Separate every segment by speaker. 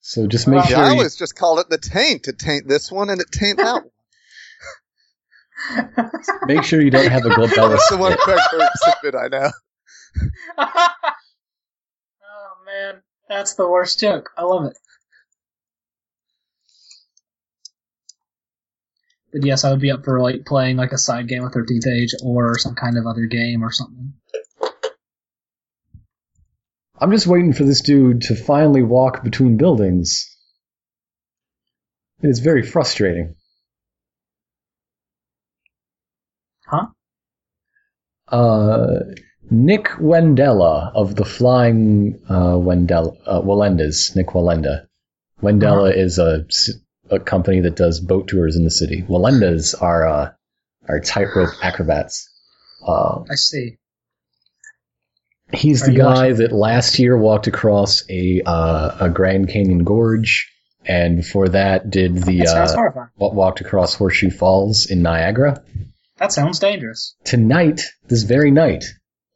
Speaker 1: So just make
Speaker 2: Well,
Speaker 1: sure.
Speaker 2: I
Speaker 1: you-
Speaker 2: always just call it the taint. It taint this one and it taint that one.
Speaker 1: Make sure you don't have a glabella
Speaker 2: That's the one
Speaker 1: split.
Speaker 2: Craig Ferguson bit I know.
Speaker 3: oh man, that's the worst joke. I love it. But yes, I would be up for like playing like a side game with Thirteenth Age or some kind of other game or something.
Speaker 1: I'm just waiting for this dude to finally walk between buildings. It is very frustrating.
Speaker 3: Huh?
Speaker 1: Uh, Nick Wendella of the Flying uh, Wendell uh, Walendas. Nick Walenda. Wendella is a, s- a company that does boat tours in the city. Walendas are uh, are tightrope acrobats. Uh,
Speaker 3: I see.
Speaker 1: He's
Speaker 3: Are
Speaker 1: the
Speaker 3: you
Speaker 1: guy that last year walked across a uh, a Grand Canyon gorge, and before that did the
Speaker 3: That sounds
Speaker 1: uh,
Speaker 3: horrifying.
Speaker 1: wa- walked across Horseshoe Falls in Niagara.
Speaker 3: That sounds dangerous.
Speaker 1: Tonight, this very night,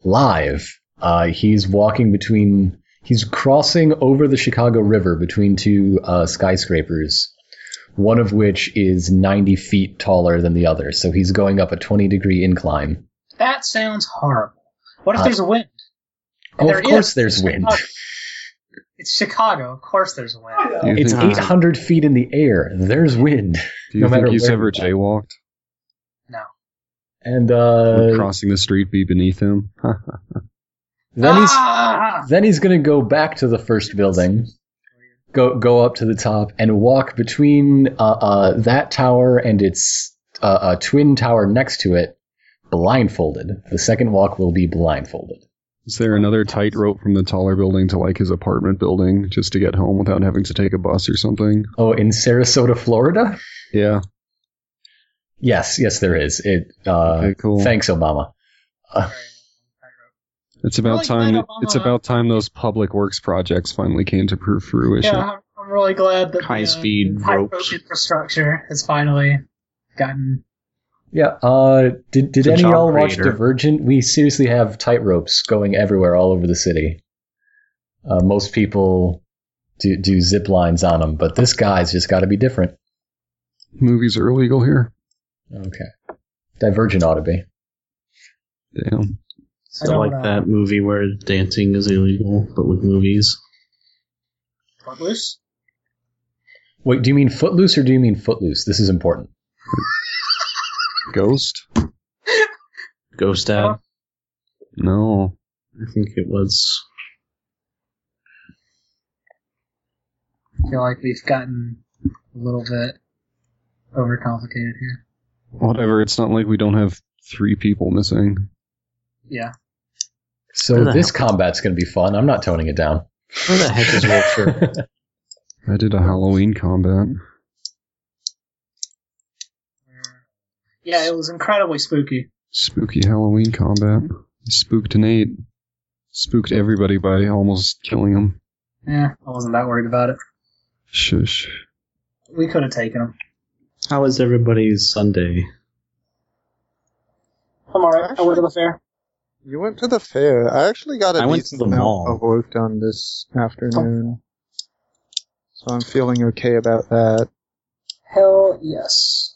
Speaker 1: live, uh, he's walking between. He's crossing over the Chicago River between two uh, skyscrapers, one of which is 90 feet taller than the other. So he's going up a 20 degree incline.
Speaker 3: That sounds horrible. What if
Speaker 1: Uh,
Speaker 3: there's a wind?
Speaker 1: Oh,
Speaker 3: There
Speaker 1: of
Speaker 3: is. Oh,
Speaker 1: course, there's wind.
Speaker 3: It's Chicago. Of course, there's a wind.
Speaker 4: Do you
Speaker 1: It's
Speaker 4: think-
Speaker 1: 800 feet in the air. There's wind.
Speaker 4: Do you
Speaker 1: no matter
Speaker 4: think he's
Speaker 1: where
Speaker 4: ever
Speaker 1: we go.
Speaker 4: jaywalked?
Speaker 3: No.
Speaker 1: And
Speaker 4: Would
Speaker 1: uh,
Speaker 4: crossing the street be beneath him?
Speaker 1: then he's
Speaker 3: Ah!
Speaker 1: then he's gonna go back to the first building, go go up to the top, and walk between uh, uh, that tower and its uh, uh, twin tower next to it, blindfolded. The second walk will be blindfolded.
Speaker 4: Is there another tightrope from the taller building to like his apartment building just to get home without having to take a bus or something?
Speaker 1: Oh, in Sarasota, Florida.
Speaker 4: Yeah.
Speaker 1: Yes, yes, there is. It. Uh,
Speaker 4: Okay, cool.
Speaker 1: Thanks, Obama. Uh,
Speaker 4: It's about
Speaker 3: Like
Speaker 4: time.
Speaker 3: Barack Obama.
Speaker 4: It's about time those public works projects finally came to fru- fruition.
Speaker 3: Yeah, I'm, I'm really glad that
Speaker 5: High
Speaker 3: the,
Speaker 5: speed
Speaker 3: high rope
Speaker 5: ropes.
Speaker 3: infrastructure has finally gotten.
Speaker 1: Yeah. Uh, did did
Speaker 5: It's a
Speaker 1: any of
Speaker 5: job
Speaker 1: y'all watch
Speaker 5: creator.
Speaker 1: Divergent? We seriously have tight ropes going everywhere, all over the city. Uh, most people do do zip lines on them, but this guy's just got to be different.
Speaker 4: Movies are illegal here.
Speaker 1: Okay. Divergent ought to be.
Speaker 4: Damn.
Speaker 3: I
Speaker 5: So
Speaker 3: don't
Speaker 5: like
Speaker 3: know.
Speaker 5: that movie where dancing is illegal, but with movies.
Speaker 3: Footloose?
Speaker 1: Wait, do you mean Footloose or do you mean Footloose? This is important.
Speaker 4: Ghost?
Speaker 5: Ghost Dad.
Speaker 4: No.
Speaker 5: I think it was.
Speaker 3: I feel like we've gotten a little bit overcomplicated here.
Speaker 4: Whatever. It's not like we don't have three people missing.
Speaker 3: Yeah.
Speaker 1: So
Speaker 5: Where the
Speaker 1: this
Speaker 5: hell-
Speaker 1: combat's going to be fun. I'm not toning it down.
Speaker 5: Where the heck is Wiltshire?
Speaker 4: I did a Halloween combat.
Speaker 3: Yeah, it was incredibly spooky.
Speaker 4: Spooky Halloween combat. Spooked Nate. Spooked everybody by almost killing him.
Speaker 3: Yeah, I wasn't that worried about it.
Speaker 4: Shush.
Speaker 3: We could have taken him.
Speaker 5: How is everybody's Sunday?
Speaker 3: I'm alright. I went to the fair.
Speaker 2: You went to the fair. I actually got a
Speaker 5: I went to
Speaker 2: decent
Speaker 5: the
Speaker 2: amount
Speaker 5: mall.
Speaker 2: of work done this afternoon. So I'm feeling okay about that.
Speaker 3: Hell yes.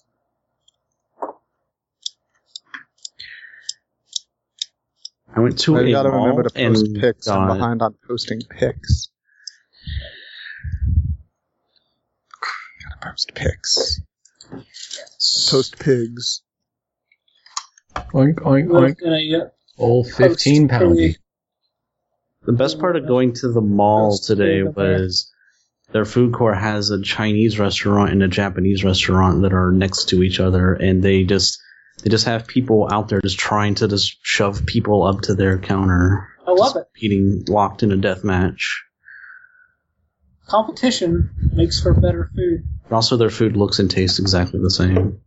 Speaker 5: I went to
Speaker 2: I've
Speaker 5: a
Speaker 2: got to
Speaker 5: mall
Speaker 2: remember to
Speaker 5: and
Speaker 2: post pics. I'm
Speaker 5: got-
Speaker 2: behind on posting pics. Gotta post pics. Post pigs.
Speaker 1: Oink, oink,
Speaker 3: We're gonna get
Speaker 1: Old 15 poundy.
Speaker 5: The best part of going to the mall today was their food court has a Chinese restaurant and a Japanese restaurant that are next to each other, and they just they just have people out there just trying to just shove people up to their counter,
Speaker 3: I love it.
Speaker 5: beating locked in a death match.
Speaker 3: Competition makes for better food.
Speaker 5: And also, their food looks and tastes exactly the same.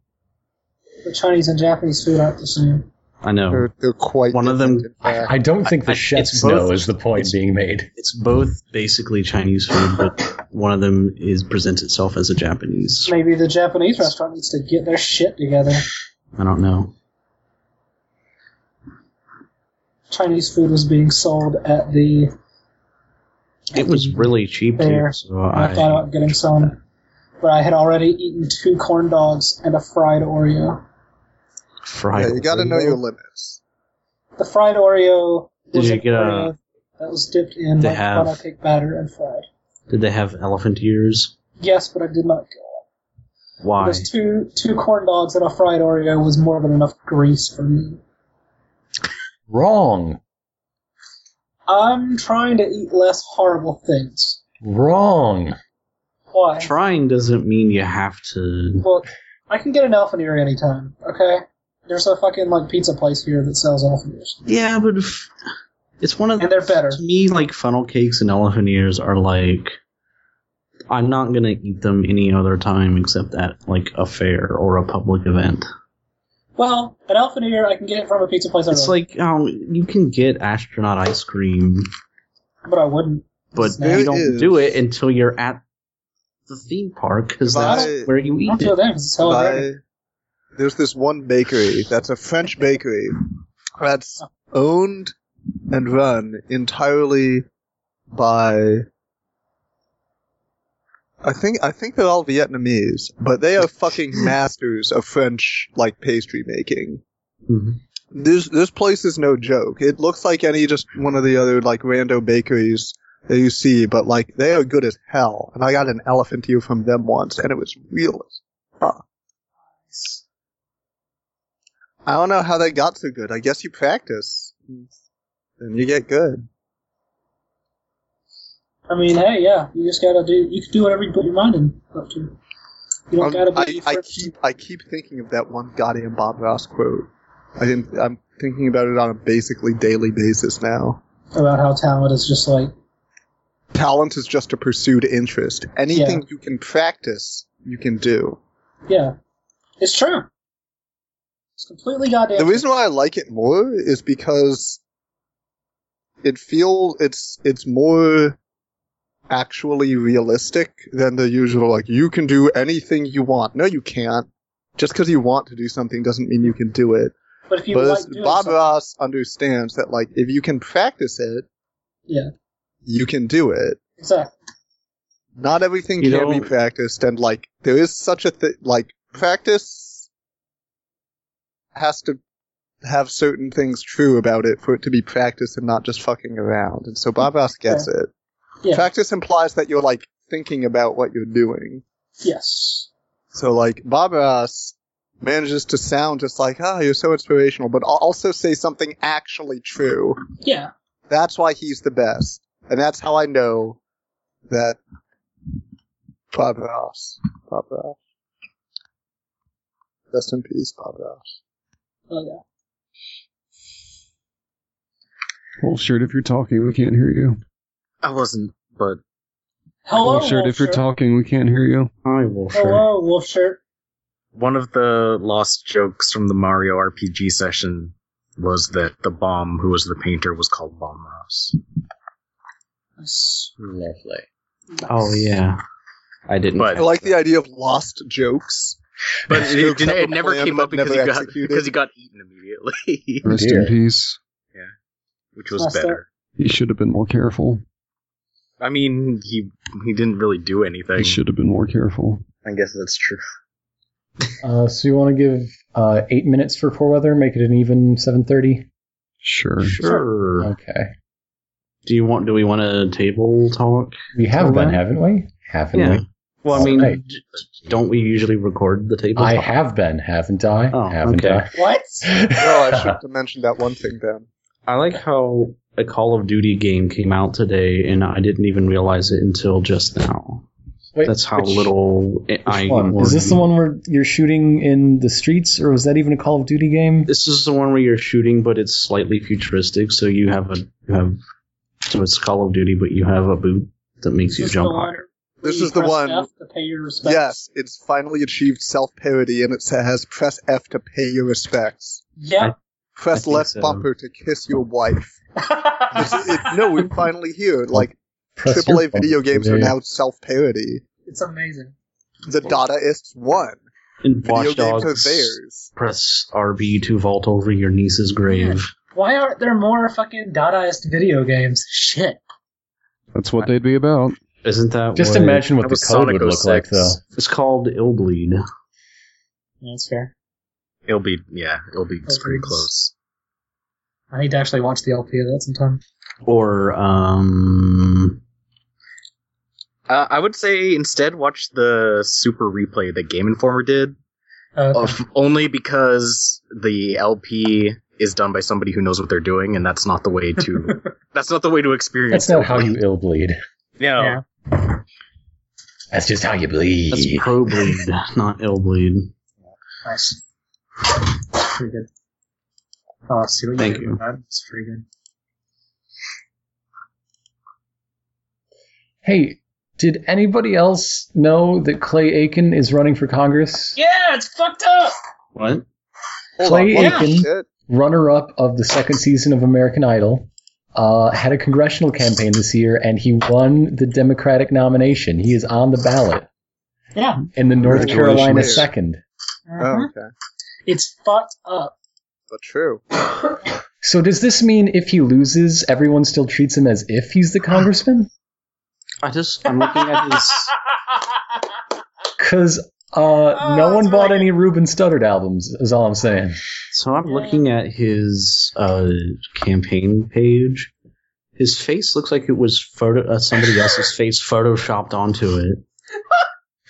Speaker 3: The Chinese and Japanese food aren't the same.
Speaker 5: I know
Speaker 2: They're, they're quite.
Speaker 5: One of them-
Speaker 2: different, in fact.
Speaker 1: I don't think the
Speaker 5: I-
Speaker 1: chefs
Speaker 5: it's both-
Speaker 1: know is the point
Speaker 5: it's-
Speaker 1: being made.
Speaker 5: it's both basically Chinese food, but one of them is presents itself as a Japanese.
Speaker 3: Maybe the Japanese restaurant needs to get their shit together.
Speaker 5: I don't know.
Speaker 3: Chinese food was being sold at the
Speaker 5: It was really cheap too.
Speaker 3: Fair.
Speaker 5: So
Speaker 3: I
Speaker 5: I,
Speaker 3: thought about getting some, but I had already eaten two corn dogs and a fried Oreo.
Speaker 5: fried.
Speaker 2: Yeah, you got to know your limits.
Speaker 3: The fried Oreo
Speaker 5: Did
Speaker 3: was
Speaker 5: you get a-
Speaker 3: Oreo that was dipped in
Speaker 5: They
Speaker 3: like
Speaker 5: have-
Speaker 3: funnel cake batter and fried.
Speaker 5: Did they have elephant ears?
Speaker 3: Yes, but I did not get one.
Speaker 5: Why?
Speaker 3: Because two two corn dogs and a fried Oreo was more than enough grease for me.
Speaker 1: Wrong.
Speaker 3: I'm trying to eat less horrible things.
Speaker 1: Wrong.
Speaker 3: Why?
Speaker 5: Trying doesn't mean you have to.
Speaker 3: Look, I can get an elfin ear anytime, okay? There's a fucking like pizza place here that sells elfin ears.
Speaker 5: Yeah, but if, it's one of
Speaker 3: And they're better.
Speaker 5: to me like funnel cakes and elephant ears are like. I'm not gonna eat them any other time except at like a fair or a public event.
Speaker 3: Well, an elfin ear I can get it from a pizza place I
Speaker 5: It's
Speaker 3: really
Speaker 5: like um, you can get astronaut ice cream,
Speaker 3: but I wouldn't.
Speaker 5: but
Speaker 3: There
Speaker 5: you don't
Speaker 2: is-
Speaker 5: do it until you're at the theme park because
Speaker 2: If
Speaker 5: that's
Speaker 2: I-
Speaker 5: where you
Speaker 3: I don't
Speaker 5: eat
Speaker 3: feel
Speaker 5: it.
Speaker 3: that because it's hell
Speaker 2: I, there's this one bakery that's a French bakery that's owned and run entirely by I think I think they're all Vietnamese, but they are fucking masters of French like pastry making.
Speaker 5: Mhm.
Speaker 2: This this place is no joke. It looks like any just one of the other like rando bakeries that you see, but like they are good as hell. And I got an elephant ear from them once, and it was real as I don't know how they got so good. I guess you practice. And you get good.
Speaker 3: I mean, hey, yeah, you just gotta do. You can do whatever you put your mind in up to. You don't
Speaker 2: Um,
Speaker 3: gotta
Speaker 2: I,
Speaker 3: be.
Speaker 2: I keep I keep thinking of that one goddamn Bob Ross quote. I didn't, I'm thinking about it on a basically daily basis now.
Speaker 3: about how talent is just like
Speaker 2: Talent is just a pursued interest. Anything you can practice, you can do.
Speaker 3: yeah, it's true. It's completely goddamn.
Speaker 2: The reason why I like it more is because it feels it's it's more actually realistic than the usual like you can do anything you want. No, you can't. Just because you want to do something doesn't mean you can do it.
Speaker 3: true. but if you
Speaker 2: but
Speaker 3: like
Speaker 2: it's-
Speaker 3: doing
Speaker 2: Bob
Speaker 3: something-
Speaker 2: Ross understands that like if you can practice it,
Speaker 3: Yeah.
Speaker 2: you can do it.
Speaker 3: exactly.
Speaker 2: Not everything
Speaker 5: You
Speaker 2: can
Speaker 5: know-
Speaker 2: be practiced, and like there is such a thing like practice has to have certain things true about it for it to be practiced and not just fucking around. And so Bob Ross gets it.
Speaker 3: Yeah.
Speaker 2: Practice implies that you're like thinking about what you're doing.
Speaker 3: Yes.
Speaker 2: So like Bob Ross manages to sound just like, ah, you're so inspirational, but al- also say something actually true.
Speaker 3: Yeah.
Speaker 2: That's why he's the best. And that's how I know that Bob Ross. Bob Ross. Rest in peace, Bob Ross.
Speaker 3: Oh yeah.
Speaker 4: Well, shirt, if you're talking, we can't hear you.
Speaker 6: I wasn't, but
Speaker 3: Hello,
Speaker 4: Well, shirt,
Speaker 3: Wolf
Speaker 4: if you're
Speaker 3: Shirt.
Speaker 4: talking, we can't hear you.
Speaker 5: I will sure.
Speaker 3: Hello, Wolf Shirt.
Speaker 6: one of the lost jokes from the Mario RPG session was that the bomb who was the painter was called Bomb Ross.
Speaker 3: Nice.
Speaker 1: Lovely.
Speaker 5: Oh yeah, I didn't.
Speaker 6: But-
Speaker 2: I like the idea of lost jokes.
Speaker 6: But
Speaker 2: Those
Speaker 6: it,
Speaker 2: jokes
Speaker 6: didn't-
Speaker 2: that
Speaker 6: it
Speaker 2: were
Speaker 6: never
Speaker 2: planned
Speaker 6: came
Speaker 2: but
Speaker 6: up because he
Speaker 2: never
Speaker 6: got
Speaker 2: executed.
Speaker 6: because he got eaten immediately,
Speaker 4: Rest
Speaker 1: dear.
Speaker 4: in peace.
Speaker 6: which was
Speaker 3: Messed up.
Speaker 6: better.
Speaker 4: He should have been more careful.
Speaker 6: I mean, he he didn't really do anything.
Speaker 4: He should have been more careful.
Speaker 6: I guess that's true.
Speaker 1: Uh, so you want to give uh, eight minutes for poor weather? Make it an even seven thirty.
Speaker 4: Sure.
Speaker 5: sure.
Speaker 1: Okay.
Speaker 5: Do you want? Do we want a table talk?
Speaker 1: We have
Speaker 5: Till
Speaker 1: been,
Speaker 5: then?
Speaker 1: haven't we? Haven't
Speaker 5: Yeah.
Speaker 1: we?
Speaker 5: Well, I mean,
Speaker 1: Alright.
Speaker 5: d- don't we usually record the table?
Speaker 1: I
Speaker 5: talk?
Speaker 1: have been, haven't I?
Speaker 5: Oh,
Speaker 1: haven't
Speaker 5: okay.
Speaker 3: What?
Speaker 1: I?
Speaker 2: Oh, I should have mentioned that one thing then.
Speaker 5: I like how a Call of Duty game came out today, and I didn't even realize it until just now.
Speaker 1: Wait,
Speaker 5: That's how
Speaker 1: which-
Speaker 5: little I.
Speaker 1: Which one? Is
Speaker 5: ignored
Speaker 1: this the
Speaker 5: you.
Speaker 1: one where you're shooting in the streets, or was that even a Call of Duty game?
Speaker 5: This is the one where you're shooting, but it's slightly futuristic. So you have a you have so it's Call of Duty, but you have a boot that makes you
Speaker 3: This is
Speaker 5: jump
Speaker 3: the one
Speaker 5: higher.
Speaker 2: This
Speaker 3: where
Speaker 2: is
Speaker 3: you
Speaker 2: the
Speaker 3: press
Speaker 2: one-
Speaker 3: F to pay your respects.
Speaker 2: Yes, it's finally achieved self parody and it says press F to pay your respects.
Speaker 3: Yeah.
Speaker 5: I
Speaker 2: Press
Speaker 5: think
Speaker 2: left
Speaker 5: so.
Speaker 2: bumper to kiss your wife. It's, it's, no, we're finally here. Like,
Speaker 1: Press your
Speaker 2: AAA
Speaker 1: button.
Speaker 2: video games
Speaker 1: There
Speaker 2: are
Speaker 1: you-
Speaker 2: now self parody.
Speaker 3: it's amazing.
Speaker 2: The Dadaists won.
Speaker 5: And
Speaker 2: Video
Speaker 5: Watch
Speaker 2: games are
Speaker 5: Dogs.
Speaker 2: theirs.
Speaker 5: Press RB to vault over your niece's grave.
Speaker 3: Why aren't there more fucking Dadaist video games? Shit.
Speaker 4: That's what they'd be about.
Speaker 5: Isn't that
Speaker 1: Just
Speaker 5: what-
Speaker 1: imagine what
Speaker 6: That
Speaker 1: the
Speaker 6: was
Speaker 1: code
Speaker 6: Sonic
Speaker 1: would look like,
Speaker 6: 06.
Speaker 1: though.
Speaker 5: It's called Illbleed.
Speaker 3: Yeah, that's fair.
Speaker 6: It'll be yeah, it'll be it's pretty
Speaker 3: Opens.
Speaker 6: close.
Speaker 3: I need to actually watch the LP of that sometime.
Speaker 5: Or, um.
Speaker 6: Uh, I would say instead watch the super replay that Game Informer did,
Speaker 3: Uh,
Speaker 6: of, only because the LP is done by somebody who knows what they're doing, and that's not the way to that's not the way to experience.
Speaker 1: That's not
Speaker 6: it.
Speaker 1: how you ill bleed.
Speaker 6: No,
Speaker 3: Yeah.
Speaker 1: That's just how you bleed.
Speaker 5: That's Probleed, not Illbleed.
Speaker 3: Nice. Pretty good. Oh, see what
Speaker 5: Thank
Speaker 3: you
Speaker 5: you.
Speaker 3: did with that. It's pretty good.
Speaker 1: hey, did anybody else know that Clay Aiken is running for Congress?
Speaker 3: Yeah, it's fucked up.
Speaker 5: What?
Speaker 1: Clay
Speaker 2: what
Speaker 1: Aiken.
Speaker 2: the shit?
Speaker 1: runner up of the second season of American Idol, uh, had a congressional campaign this year, and he won the Democratic nomination. He is on the ballot
Speaker 3: Yeah.
Speaker 1: in the North
Speaker 4: Congratulations.
Speaker 1: Carolina second.
Speaker 2: Oh,
Speaker 3: Mhm.
Speaker 1: Uh-huh.
Speaker 2: okay.
Speaker 3: It's fucked up.
Speaker 2: But true.
Speaker 1: So does this mean if he loses, everyone still treats him as if he's the congressman?
Speaker 5: I just, I'm looking at his.
Speaker 1: Because uh, no one bought any Ruben Studdard albums. Is all I'm saying.
Speaker 5: So I'm looking at his uh, campaign page. His face looks like it was photo uh, somebody else's face photoshopped onto it.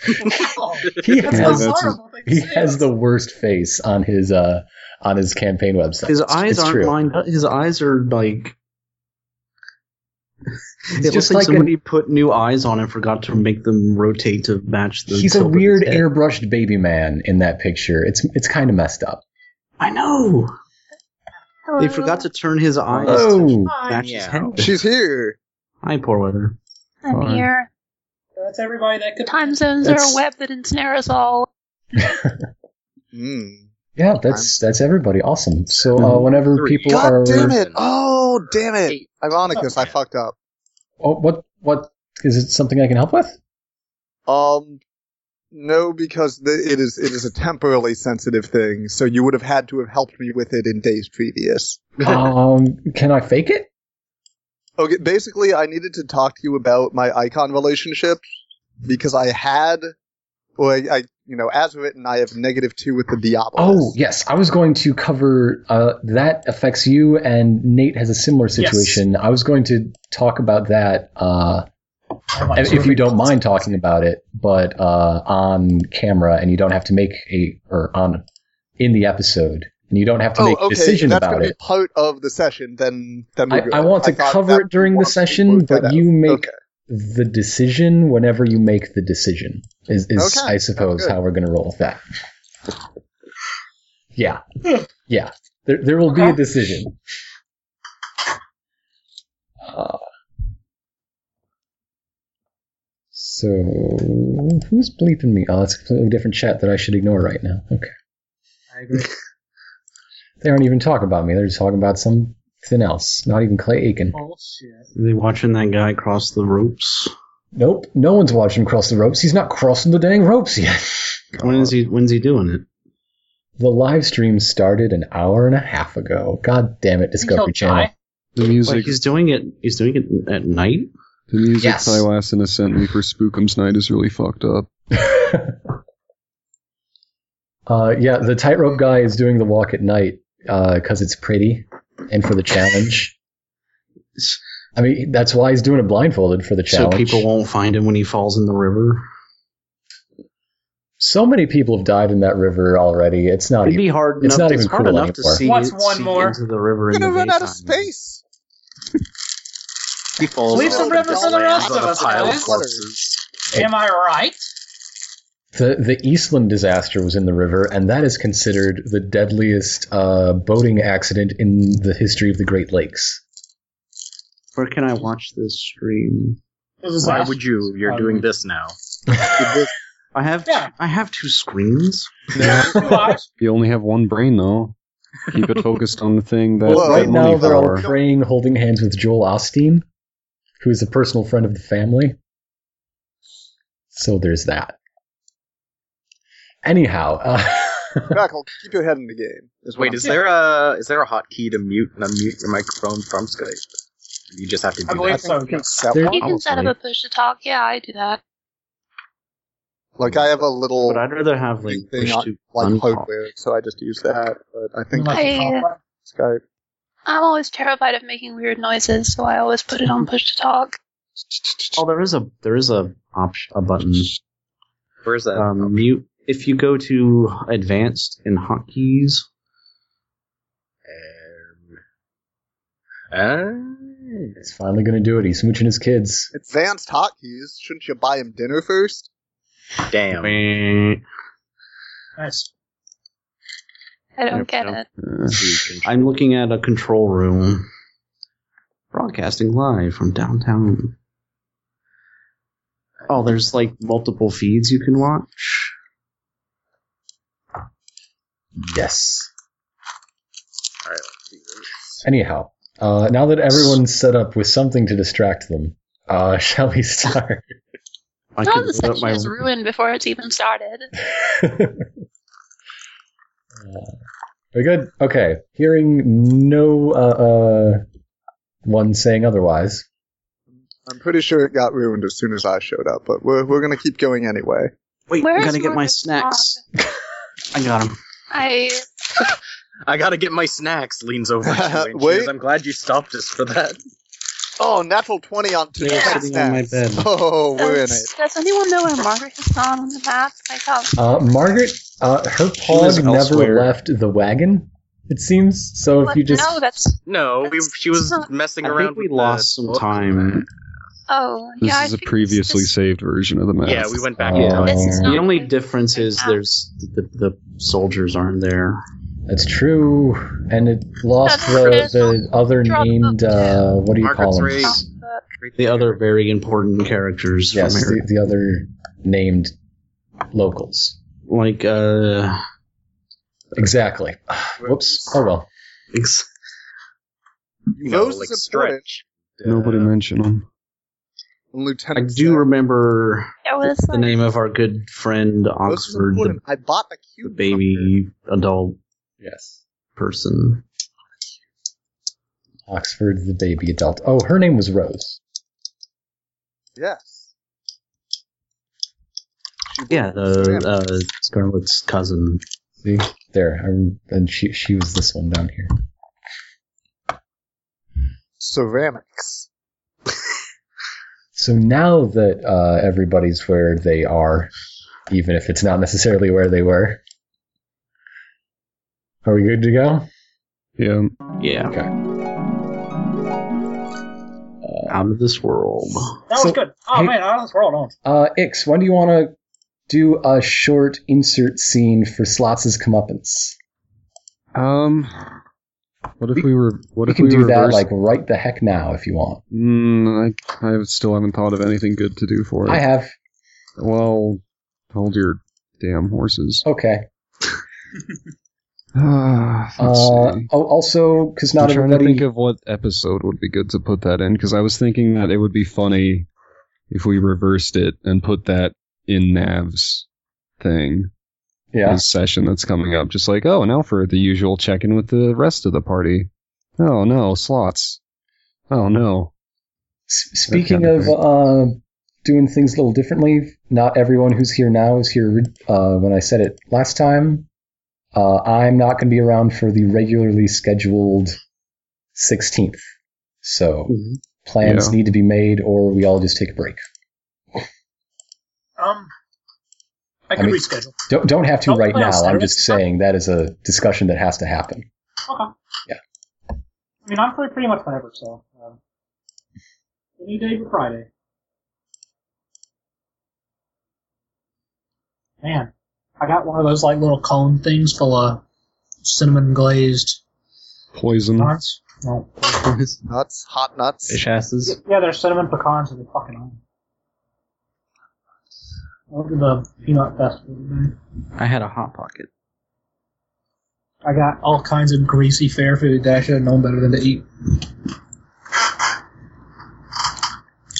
Speaker 1: He
Speaker 3: Oh, That's
Speaker 1: has
Speaker 3: a
Speaker 4: that's
Speaker 3: horrible thing to
Speaker 1: he
Speaker 3: say.
Speaker 1: has the worst face on his uh, on his campaign website.
Speaker 5: His
Speaker 1: It's-
Speaker 5: eyes
Speaker 1: it's
Speaker 5: aren't
Speaker 1: true.
Speaker 5: lined up. His eyes are like. It looks
Speaker 1: just
Speaker 5: like,
Speaker 1: like an-
Speaker 5: somebody put new eyes on and forgot to make them rotate to match the.
Speaker 1: He's a
Speaker 5: tilt of his
Speaker 1: weird
Speaker 5: head.
Speaker 1: airbrushed baby man in that picture. It's it's kind of messed up.
Speaker 5: I know. They forgot to turn his eyes to
Speaker 1: Oh,
Speaker 5: match his
Speaker 6: Yeah.
Speaker 5: head.
Speaker 2: She's here.
Speaker 5: Hi, poor weather.
Speaker 7: I'm
Speaker 4: Fine.
Speaker 7: here.
Speaker 3: That's everybody that
Speaker 7: The
Speaker 3: could.
Speaker 7: time zones are
Speaker 1: That's-
Speaker 7: a web that ensnare us all.
Speaker 2: Mm.
Speaker 1: yeah, that's that's everybody. Awesome. So uh,
Speaker 5: Mhm.
Speaker 1: whenever
Speaker 6: Three.
Speaker 1: people are,
Speaker 2: God damn it!
Speaker 6: Person.
Speaker 2: Oh, damn it!
Speaker 6: Eight.
Speaker 2: Ironicus, I
Speaker 6: Yeah.
Speaker 2: fucked up.
Speaker 1: oh, what what is it? Something I can help with?
Speaker 2: Um, no, because the, it is it is a temporally sensitive thing, so you would have had to have helped me with it in days previous.
Speaker 1: um, can I fake it?
Speaker 2: Okay, basically, I needed to talk to you about my icon relationship because I had, or I, I you know, as written, I have negative two with the Diablo.
Speaker 1: Oh yes, I was going to cover uh, that affects you, and Nate has a similar situation. I was going to talk about that uh, if you don't mind talking about it, but uh, on camera, and you don't have to make a or on in the episode, and you don't have to
Speaker 2: Oh,
Speaker 1: make a
Speaker 2: okay.
Speaker 1: decision
Speaker 2: That's
Speaker 1: about
Speaker 2: gonna
Speaker 1: it.
Speaker 2: be part of the session. Then, then we're
Speaker 1: I-
Speaker 2: good.
Speaker 1: I want to
Speaker 2: thought
Speaker 1: cover
Speaker 2: that
Speaker 1: it during
Speaker 2: we
Speaker 1: the
Speaker 2: wanted to
Speaker 1: session,
Speaker 2: work
Speaker 1: but
Speaker 2: that out.
Speaker 1: you make-
Speaker 2: Okay.
Speaker 1: the decision whenever you make the decision is, is
Speaker 2: Okay,
Speaker 1: I suppose
Speaker 2: good.
Speaker 1: how we're going to roll with that. Yeah, yeah. There, there will be a
Speaker 3: Okay.
Speaker 1: decision. Uh, so who's bleeping me? Oh, it's a completely different chat that I should ignore right now. Okay,
Speaker 3: I agree.
Speaker 1: they aren't even talking about me. They're just talking about something else. Not even Clay Aiken.
Speaker 3: Bullshit.
Speaker 5: Are they watching that guy cross the ropes?
Speaker 1: Nope, no one's watching him cross the ropes. He's not crossing the dang ropes yet.
Speaker 5: When is he? When's he doing it?
Speaker 1: The live stream started an hour and a half ago. God damn it, Discovery
Speaker 3: Think he'll
Speaker 1: Channel.
Speaker 3: die?
Speaker 4: The
Speaker 5: Like
Speaker 4: music,
Speaker 5: he's doing it. He's doing it at night.
Speaker 4: the music
Speaker 1: Yes.
Speaker 4: Silasson has sent me for Spookums Night is really fucked up.
Speaker 1: uh, yeah, the tightrope guy is doing the walk at night because it's pretty and for the challenge. I mean, that's why he's doing it blindfolded for the
Speaker 5: So
Speaker 1: challenge.
Speaker 5: people won't find him when he falls in the river.
Speaker 1: So many people have died in that river already. It's not
Speaker 5: It'd
Speaker 1: even.
Speaker 5: be hard.
Speaker 1: it's
Speaker 5: enough,
Speaker 1: not
Speaker 5: it's
Speaker 1: even
Speaker 5: hard
Speaker 1: cool
Speaker 5: enough
Speaker 1: anymore.
Speaker 5: to see,
Speaker 3: What's one
Speaker 5: see
Speaker 3: more?
Speaker 5: into the river.
Speaker 2: We're
Speaker 5: in
Speaker 2: gonna
Speaker 5: the
Speaker 2: run out of
Speaker 5: daytime.
Speaker 2: space.
Speaker 6: He falls
Speaker 3: Leave some
Speaker 6: off and
Speaker 3: river for the
Speaker 6: lands
Speaker 3: rest
Speaker 6: on
Speaker 3: of
Speaker 6: a
Speaker 3: us,
Speaker 6: pile of
Speaker 3: guys.
Speaker 6: corpses.
Speaker 3: Am I right?
Speaker 1: The, the Eastland disaster was in the river, and that is considered the deadliest uh, boating accident in the history of the Great Lakes.
Speaker 5: Where can I watch this stream?
Speaker 3: It was
Speaker 6: Why
Speaker 3: last-
Speaker 6: would you? You're doing this now.
Speaker 5: I have.
Speaker 3: Yeah.
Speaker 5: I have two screens.
Speaker 3: Watch.
Speaker 4: You only have one brain though. Keep it focused on the thing that.
Speaker 1: Well,
Speaker 2: Well,
Speaker 4: that
Speaker 1: right now
Speaker 4: money
Speaker 1: they're all
Speaker 4: for.
Speaker 1: praying, holding hands with Joel Osteen, who is a personal friend of the family. So there's that. Anyhow, uh,
Speaker 2: Crackle, keep your head in the game. Is what
Speaker 6: Wait,
Speaker 2: I'm
Speaker 6: is there a is there a hotkey to mute and unmute your microphone from Skype? You just have to
Speaker 3: I
Speaker 6: do
Speaker 3: believe
Speaker 6: that.
Speaker 3: so.
Speaker 2: can
Speaker 3: Yes.
Speaker 2: set
Speaker 7: You
Speaker 2: one.
Speaker 7: can set up a push to talk. Yeah, I do that.
Speaker 2: Like I have a little
Speaker 5: But I'd rather have like
Speaker 2: Thing
Speaker 5: push
Speaker 2: on-
Speaker 5: to
Speaker 2: like
Speaker 5: unpop.
Speaker 2: hardware, so I just use that. But I think
Speaker 3: Like a
Speaker 7: I-
Speaker 3: top-
Speaker 2: Skype.
Speaker 7: I'm always terrified of making weird noises, so I always put it on push to talk.
Speaker 5: Oh, there is a there is a option a button
Speaker 6: Where's that?
Speaker 5: um, mute. If you go to advanced and hotkeys,
Speaker 6: Um, uh,
Speaker 1: He's finally gonna do it. He's smooching his kids.
Speaker 2: Advanced hotkeys. Shouldn't you buy him dinner first?
Speaker 6: damn.
Speaker 3: Nice.
Speaker 7: I don't
Speaker 5: Yep,
Speaker 7: get
Speaker 5: yep.
Speaker 7: it.
Speaker 4: Uh,
Speaker 5: I'm looking at a control room broadcasting live from downtown. Oh, there's like multiple feeds you can watch.
Speaker 6: Yes. All right. Let's do this.
Speaker 1: Anyhow, uh, now that everyone's set up with something to distract them, uh, shall we start?
Speaker 5: I
Speaker 7: No,
Speaker 5: could
Speaker 7: the
Speaker 5: load up
Speaker 7: session
Speaker 5: my-
Speaker 7: is ruined before it's even started.
Speaker 1: Uh, Very good. Okay. Hearing no uh, uh, one saying otherwise.
Speaker 2: I'm pretty sure it got ruined as soon as I showed up, but we're we're gonna keep going anyway.
Speaker 5: Wait,
Speaker 7: Where
Speaker 5: I
Speaker 7: is
Speaker 5: gotta get my
Speaker 7: Marcus
Speaker 5: snacks. I got them.
Speaker 7: I
Speaker 6: I gotta get my snacks. Leans over. to me and
Speaker 2: Wait.
Speaker 6: cheers. I'm glad you stopped us for that.
Speaker 2: Oh, natural twenty on two.
Speaker 5: They're
Speaker 2: That's
Speaker 5: sitting on my
Speaker 2: nice.
Speaker 5: bed.
Speaker 2: Oh, we're in it.
Speaker 7: does, does anyone know where Margaret has gone on the map? I thought
Speaker 1: Uh, Margaret, uh, her
Speaker 5: was
Speaker 1: pog never
Speaker 5: elsewhere.
Speaker 1: left the wagon, it seems.
Speaker 5: Oh,
Speaker 1: So if
Speaker 7: but
Speaker 1: you just.
Speaker 7: no, that's
Speaker 6: No, we, she was messing
Speaker 5: I
Speaker 6: around.
Speaker 5: think we
Speaker 6: with the
Speaker 5: lost some
Speaker 6: book.
Speaker 5: time.
Speaker 7: oh
Speaker 4: this
Speaker 7: yeah. I
Speaker 4: is a
Speaker 7: figured
Speaker 4: previously
Speaker 7: this,
Speaker 4: saved version of the map.
Speaker 6: Yeah, we went back.
Speaker 1: Uh,
Speaker 6: in time.
Speaker 7: this is not
Speaker 5: The only
Speaker 7: good.
Speaker 5: difference is there's the, the soldiers aren't there.
Speaker 1: That's true. And it lost
Speaker 7: That's true.
Speaker 1: the, the other
Speaker 7: Drop the
Speaker 1: named.
Speaker 7: book.
Speaker 1: Uh, what do you
Speaker 6: Margaret's
Speaker 1: call
Speaker 6: race.
Speaker 1: him?
Speaker 7: Not the-
Speaker 5: The other very important characters
Speaker 1: Yes,
Speaker 5: from
Speaker 1: the,
Speaker 5: here,
Speaker 1: the other named locals.
Speaker 5: like uh,
Speaker 1: Exactly. Whoops. Oh well.
Speaker 5: ex-
Speaker 6: You know,
Speaker 2: Those
Speaker 6: like
Speaker 2: is important.
Speaker 6: stretch.
Speaker 4: Nobody
Speaker 6: Uh,
Speaker 4: mentioned them.
Speaker 5: I
Speaker 2: Lieutenant.
Speaker 5: do remember
Speaker 7: There was
Speaker 5: the
Speaker 7: like,
Speaker 5: name of our good friend
Speaker 2: Those is
Speaker 5: Oxford, the,
Speaker 2: important. I bought a
Speaker 5: the
Speaker 2: cube. number.
Speaker 5: baby adult
Speaker 1: Yes.
Speaker 5: person.
Speaker 1: Oxford, the baby adult. Oh, her name was Rose.
Speaker 2: Yes. She
Speaker 5: Yeah, the
Speaker 2: belongs to him.
Speaker 5: uh, Scarlet's cousin.
Speaker 1: See there, I'm, and she she was this one down here.
Speaker 2: ceramics.
Speaker 1: So now that uh, everybody's where they are, even if it's not necessarily where they were, are we good to go?
Speaker 4: Yeah.
Speaker 5: Yeah,
Speaker 1: Uh,
Speaker 5: out of this world.
Speaker 3: That
Speaker 1: So-
Speaker 3: was good. Oh
Speaker 1: hey-
Speaker 3: man, out of this world. Aren't
Speaker 1: Uh, Ix, when do you want to do a short insert scene for Slots' comeuppance?
Speaker 4: Um. What if
Speaker 1: We-
Speaker 4: we, were? What
Speaker 1: We
Speaker 4: if
Speaker 1: can
Speaker 4: we
Speaker 1: do that
Speaker 4: reversed-
Speaker 1: like right the heck now if you want.
Speaker 4: Mm, I, I still haven't thought of anything good to do for it.
Speaker 1: I have.
Speaker 4: Well, hold your damn horses.
Speaker 1: Okay.
Speaker 4: Ah,
Speaker 1: Uh,
Speaker 4: let's
Speaker 1: oh,
Speaker 4: see.
Speaker 1: also, because not
Speaker 4: I'm trying
Speaker 1: everybody.
Speaker 4: to think of what episode would be good to put that in because I was thinking that it would be funny if we reversed it and put that in Nav's thing,
Speaker 1: yeah.
Speaker 4: his session that's coming up. Just like, oh, now for the usual check in with the rest of the party. Oh no, slots. Oh no.
Speaker 1: S- Speaking
Speaker 4: kind
Speaker 1: of
Speaker 4: of
Speaker 1: uh, doing things a little differently, not everyone who's here now is here uh, when I said it last time. Uh, I'm not going to be around for the regularly scheduled 16th. So plans
Speaker 4: Mm-hmm. Yeah.
Speaker 1: need to be made, or we all just take a break.
Speaker 3: we? Um, I could
Speaker 1: mean-
Speaker 3: reschedule.
Speaker 1: Don't don't have to
Speaker 3: Don't
Speaker 1: right
Speaker 3: plan on
Speaker 1: now. I'm
Speaker 3: Saturday.
Speaker 1: just saying that is a discussion that has to happen.
Speaker 3: Okay.
Speaker 1: Yeah.
Speaker 3: I mean, I'm free pretty much whenever, so um, any day but Friday. Man, I got one of those like little cone things full of cinnamon glazed
Speaker 1: Mm-hmm.
Speaker 4: Poison.
Speaker 3: nuts. Well,
Speaker 2: Nuts, hot nuts.
Speaker 5: asses.
Speaker 3: yeah, they're cinnamon pecans and they fucking on. Look at the peanut festival. Man.
Speaker 5: I had a hot pocket.
Speaker 3: I got all kinds of greasy fair food that I should have known better than to eat.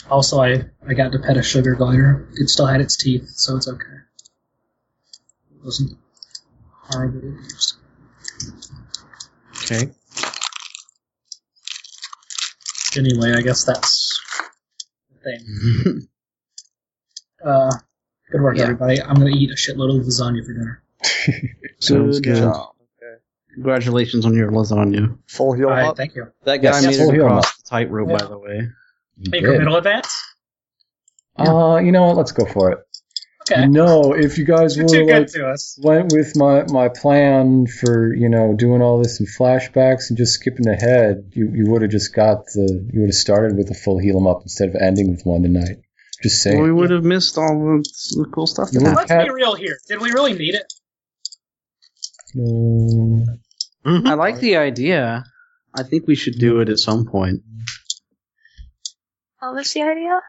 Speaker 3: Also, I, I got to pet a sugar glider. It still had its teeth, so it's okay. It wasn't horribly abused.
Speaker 5: Okay.
Speaker 3: anyway, I guess that's the thing. Uh, good work,
Speaker 8: Yeah.
Speaker 3: everybody. I'm gonna eat a shitload of lasagna for dinner.
Speaker 4: Sounds
Speaker 5: Good
Speaker 4: good.
Speaker 5: job. Congratulations on your lasagna.
Speaker 2: Full heel
Speaker 3: All right,
Speaker 2: up.
Speaker 3: thank you.
Speaker 5: That guy
Speaker 1: Yes.
Speaker 5: made
Speaker 1: Full
Speaker 5: it
Speaker 1: heel
Speaker 5: across the tightrope, by
Speaker 3: Yeah.
Speaker 5: the way.
Speaker 1: You
Speaker 3: Make
Speaker 1: did.
Speaker 3: a middle advance.
Speaker 1: Uh, you know what? Let's go for it.
Speaker 3: Okay,
Speaker 1: No, if you guys
Speaker 3: you're
Speaker 1: would
Speaker 3: too
Speaker 1: have
Speaker 3: good
Speaker 1: like,
Speaker 3: to us.
Speaker 1: went with my, my plan for you know doing all this in flashbacks and just skipping ahead, you, you would have just got the you would have started with a full heal 'em up instead of ending with one tonight. Just saying.
Speaker 5: we would have missed all the, the cool stuff
Speaker 1: You
Speaker 5: that happened.
Speaker 3: Let's be real here. Did we really need it?
Speaker 1: No.
Speaker 5: I like the idea. I think we should do it at some point
Speaker 7: What was the idea?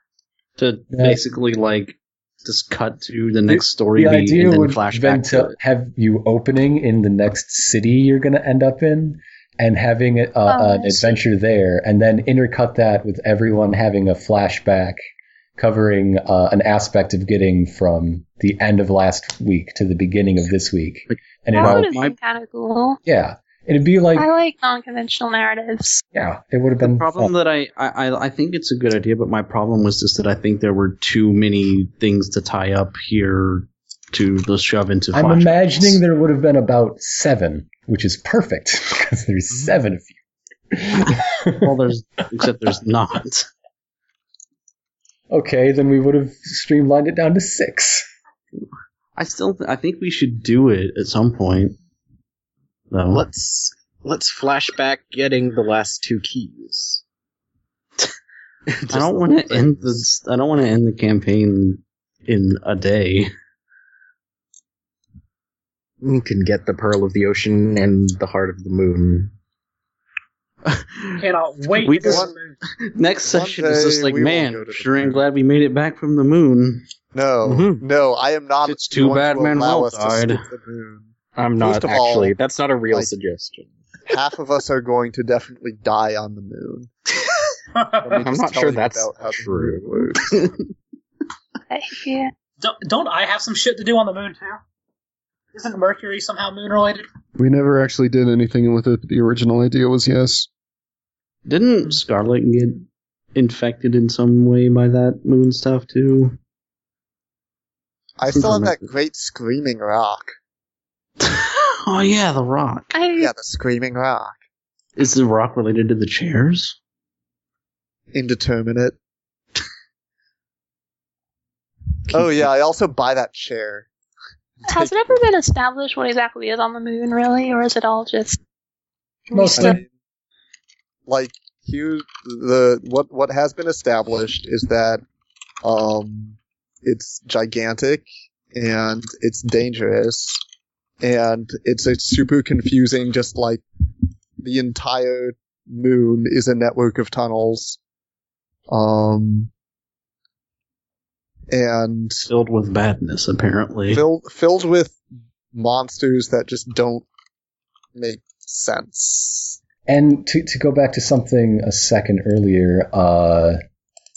Speaker 5: to
Speaker 1: Yeah.
Speaker 5: basically like just cut to the next story
Speaker 1: The
Speaker 5: beat
Speaker 1: idea
Speaker 5: and then
Speaker 1: would
Speaker 5: flash
Speaker 1: been
Speaker 5: back to
Speaker 1: to
Speaker 5: it.
Speaker 1: have you opening in the next city you're going to end up in and having a,
Speaker 7: Oh,
Speaker 1: an
Speaker 7: I see.
Speaker 1: adventure there, and then intercut that with everyone having a flashback covering uh, an aspect of getting from the end of last week to the beginning of this week. And it
Speaker 7: That
Speaker 1: all,
Speaker 7: would have
Speaker 5: my-
Speaker 7: been kind of cool.
Speaker 1: yeah, it'd be like,
Speaker 7: I like non-conventional narratives.
Speaker 1: yeah, it would have
Speaker 5: The
Speaker 1: been
Speaker 5: problem
Speaker 1: fun.
Speaker 5: that I, I I- I think it's a good idea, but my problem was just that I think there were too many things to tie up here to the shove into.
Speaker 1: I'm
Speaker 5: flashbacks.
Speaker 1: imagining there would have been about seven, which is perfect because there's
Speaker 5: Mm-hmm.
Speaker 1: seven of you.
Speaker 5: well, there's except there's not.
Speaker 1: Okay, then we would have streamlined it down to six.
Speaker 5: I still th- I think we should do it at some point. Though.
Speaker 6: Let's let's flashback getting the last two keys.
Speaker 5: I don't want to end the I don't want to end the campaign in a day.
Speaker 6: You can get the pearl of the ocean and the heart of the moon.
Speaker 3: Cannot wait.
Speaker 5: We
Speaker 3: for
Speaker 5: just-
Speaker 3: the moon.
Speaker 5: Next
Speaker 2: One
Speaker 5: session is just
Speaker 2: day
Speaker 5: like,
Speaker 2: we will
Speaker 5: man,
Speaker 2: go to the
Speaker 5: sure am
Speaker 2: moon."
Speaker 5: glad we made it back from the moon.
Speaker 2: No,
Speaker 5: Mhm.
Speaker 2: no, I am not.
Speaker 5: It's too
Speaker 2: going
Speaker 5: bad
Speaker 2: to allow
Speaker 5: Manuel
Speaker 2: us to
Speaker 5: died.
Speaker 2: skip the moon.
Speaker 6: I'm
Speaker 2: First
Speaker 6: not
Speaker 2: of all,
Speaker 6: actually. that's not a real
Speaker 2: like-
Speaker 6: suggestion.
Speaker 2: Half of us are going to definitely die on the moon. Let me
Speaker 6: I'm
Speaker 2: just
Speaker 6: not
Speaker 2: tell
Speaker 6: sure
Speaker 2: you
Speaker 6: that's
Speaker 2: about how the
Speaker 6: true.
Speaker 2: moon works.
Speaker 7: I yeah.
Speaker 3: don't, don't I have some shit to do on the moon too? Isn't Mercury somehow moon related?
Speaker 4: We never actually did anything with it. but The original idea was yes.
Speaker 5: Didn't Scarlet get infected in some way by that moon stuff too?
Speaker 2: I still have that
Speaker 5: Information.
Speaker 2: great screaming rock.
Speaker 5: oh yeah, the rock.
Speaker 7: I
Speaker 2: Yeah, the screaming rock.
Speaker 5: Is the rock related to the chairs?
Speaker 2: Indeterminate. Oh yeah, I also buy that chair.
Speaker 7: has it ever been established what exactly is on the moon, really, or is it all just
Speaker 1: Mostly.
Speaker 7: Mostly.
Speaker 2: Like Hugh, the what what has been established is that um, it's gigantic and it's dangerous and it's a super confusing. Just like the entire moon is a network of tunnels. Um, and
Speaker 5: Filled with badness, apparently.
Speaker 2: filled filled with monsters that just don't make sense.
Speaker 1: And to, to go back to something a second earlier, uh,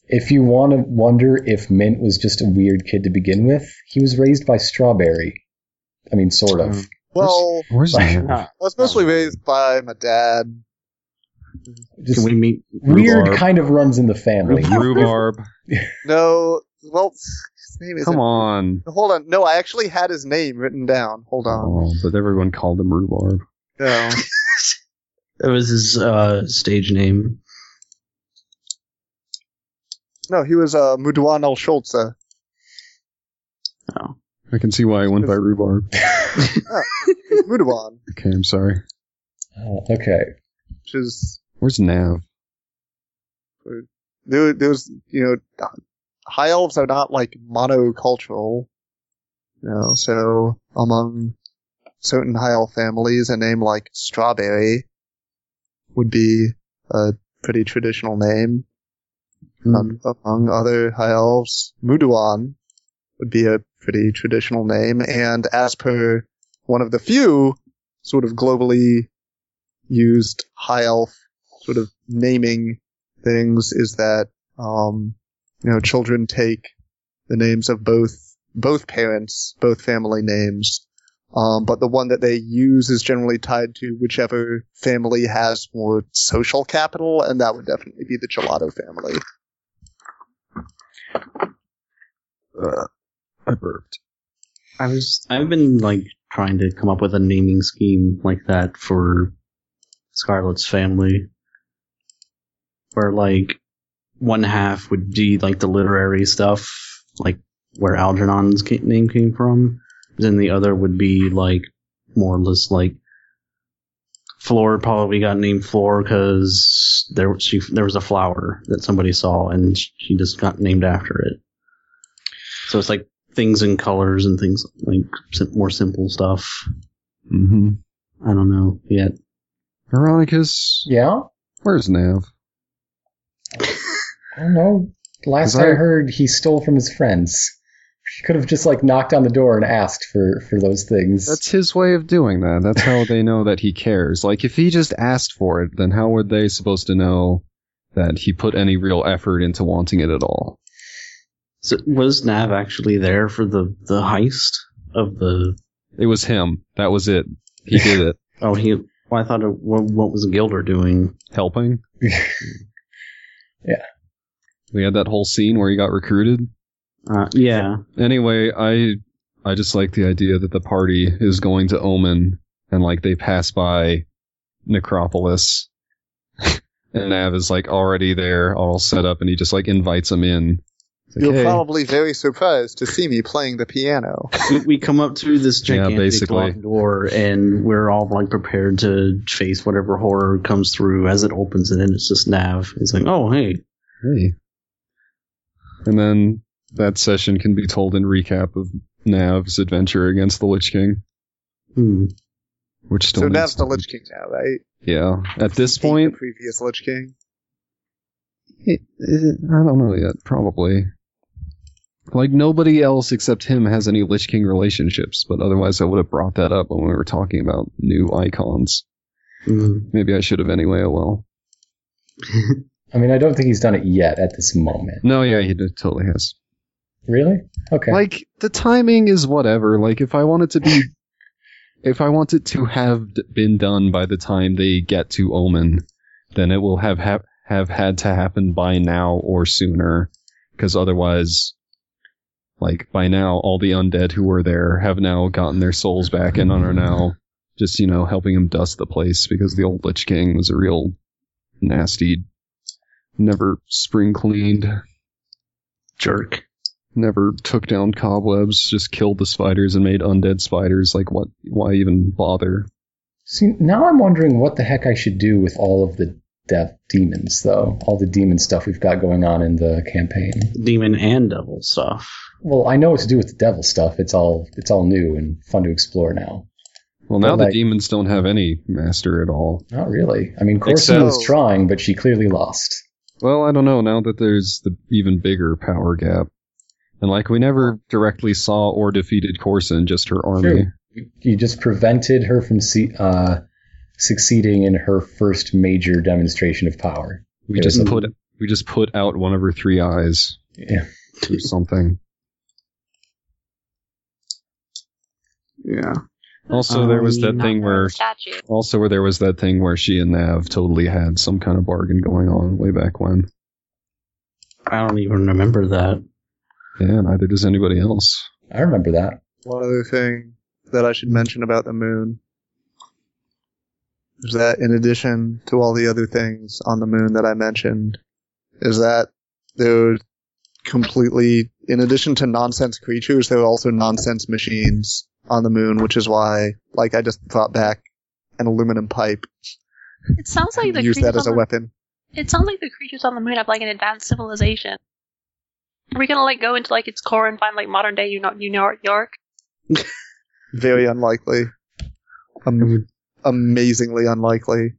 Speaker 1: if you want to wonder if Mint was just a weird kid to begin with, he was raised by Strawberry. I mean, sort of.
Speaker 4: Mm.
Speaker 2: Well,
Speaker 4: Where's
Speaker 1: Like,
Speaker 2: I
Speaker 4: that?
Speaker 2: was
Speaker 4: Oh.
Speaker 2: mostly raised by my dad.
Speaker 1: just
Speaker 5: Can we meet?
Speaker 1: weird
Speaker 4: Rhubarb.
Speaker 1: kind of runs in the family.
Speaker 4: Rhubarb.
Speaker 2: No, well, his name is.
Speaker 4: Come on.
Speaker 2: Hold on. No, I actually had his name written down. Hold on.
Speaker 4: Oh, but everyone called him Rhubarb.
Speaker 2: No.
Speaker 5: That was his uh, stage name.
Speaker 2: No, he was uh, Mudwanel Schulze.
Speaker 4: I can see why I went by Rhubarb.
Speaker 2: Mudwan,
Speaker 4: Okay, I'm sorry.
Speaker 1: Uh, okay.
Speaker 2: which is.
Speaker 4: Where's Nav?
Speaker 2: There, there was, you know, high elves are not like monocultural. You know, so among certain high elf families, a name like Strawberry would be a pretty traditional name. Um, among other high elves, Muduan would be a pretty traditional name, and as per one of the few sort of globally used high elf sort of naming things is that um, you know children take the names of both both parents, both family names, Um, but the one that they use is generally tied to whichever family has more social capital, and that would definitely be the Gelato family.
Speaker 4: Uh, I burped.
Speaker 5: I was I've been like trying to come up with a naming scheme like that for Scarlet's family. Where like one half would be like the literary stuff, like where Algernon's ca- name came from. Then the other would be like more or less like Floor probably got named Floor because there she there was a flower that somebody saw and she just got named after it. So it's like things in colors and things like sim- more simple stuff.
Speaker 4: Mm-hmm.
Speaker 5: I don't know yet.
Speaker 4: Veronicus,
Speaker 1: Yeah?
Speaker 4: where's Nav?
Speaker 1: I don't know. Last
Speaker 4: Is that-
Speaker 1: I heard, he stole from his friends. He could have just like knocked on the door and asked for for those things.
Speaker 4: That's his way of doing that. That's how they know that he cares. Like, if he just asked for it, then how were they supposed to know that he put any real effort into wanting it at all?
Speaker 5: So was Nav actually there for the the heist of the?
Speaker 4: It was him. That was it. He did it.
Speaker 5: Oh, he. Well, I thought it, what, what was Gilder doing?
Speaker 4: Helping?
Speaker 1: Yeah.
Speaker 4: We had that whole scene where he got recruited.
Speaker 5: Uh, yeah,
Speaker 4: Anyway, I I just like the idea that the party is going to Omen and like they pass by Necropolis and Nav is like already there, all set up, and he just like invites him in. It's like,
Speaker 2: You're
Speaker 4: "Hey."
Speaker 2: probably very surprised to see me playing the piano.
Speaker 5: we, we come up to this
Speaker 4: Yeah,
Speaker 5: gigantic
Speaker 4: basically.
Speaker 5: locked door, and we're all like prepared to face whatever horror comes through as it opens, and then it's just Nav. He's like, "Oh, hey,
Speaker 4: Hey. And then that session can be told in recap of Nav's adventure against the Lich King,
Speaker 5: hmm,
Speaker 4: which still
Speaker 2: so
Speaker 4: needs
Speaker 2: Nav's
Speaker 4: to
Speaker 2: the
Speaker 4: be-
Speaker 2: Lich King now, right?
Speaker 4: Yeah. At this
Speaker 2: He beat
Speaker 4: point,
Speaker 2: the previous Lich King.
Speaker 4: it, it, I don't know yet. Probably. Like nobody else except him has any Lich King relationships, but otherwise I would have brought that up when we were talking about new icons.
Speaker 5: hmm."
Speaker 4: Maybe I should have anyway. Oh well.
Speaker 1: I mean, I don't think he's done it yet at this moment.
Speaker 4: No, yeah, he did- totally has.
Speaker 1: Really? Okay.
Speaker 4: Like the timing is whatever. Like if I want it to be, if I want it to have d- been done by the time they get to Omen, then it will have ha- have had to happen by now or sooner, because otherwise, like by now, all the undead who were there have now gotten their souls back and are now just you know helping him dust the place because the old Lich King was a real nasty, never spring cleaned
Speaker 5: jerk."
Speaker 4: never took down cobwebs, just killed the spiders and made undead spiders. Like, what? Why even bother?
Speaker 1: See, now I'm wondering what the heck I should do with all of the death demons, though. All the demon stuff we've got going on in the campaign.
Speaker 5: Demon and devil stuff.
Speaker 1: Well, I know what to do with the devil stuff. It's all it's all new and fun to explore now.
Speaker 4: Well, now
Speaker 1: But,
Speaker 4: the
Speaker 1: like-
Speaker 4: demons don't have any master at all.
Speaker 1: Not really. I mean, Corson
Speaker 4: Except-
Speaker 1: was trying, but she clearly lost.
Speaker 4: Well, I don't know. Now that there's the even bigger power gap, and like we never directly saw or defeated Corson, just her army.
Speaker 1: True. You just prevented her from se- uh, succeeding in her first major demonstration of power.
Speaker 4: We just
Speaker 1: Yeah.
Speaker 4: put we just put out one of her three eyes
Speaker 1: Yeah.
Speaker 4: or something.
Speaker 2: Yeah.
Speaker 4: Also, there was that
Speaker 5: Um,
Speaker 4: thing where
Speaker 7: Statue.
Speaker 4: also where there was that thing where she and Nav totally had some kind of bargain going on way back when.
Speaker 5: I don't even remember that.
Speaker 4: Yeah, neither does anybody else.
Speaker 1: I remember that.
Speaker 2: One other thing that I should mention about the moon is that in addition to all the other things on the moon that I mentioned, is that they're completely, in addition to nonsense creatures, there are also nonsense machines on the moon, which is why, like, I just brought back an aluminum pipe
Speaker 7: It sounds like the
Speaker 2: and used that
Speaker 7: creatures
Speaker 2: as a
Speaker 7: on the-
Speaker 2: weapon.
Speaker 7: It sounds like the creatures on the moon have like an advanced civilization. Are we gonna like go into like its core and find like modern day Uno- New York? York?
Speaker 2: Very unlikely. Am- amazingly unlikely.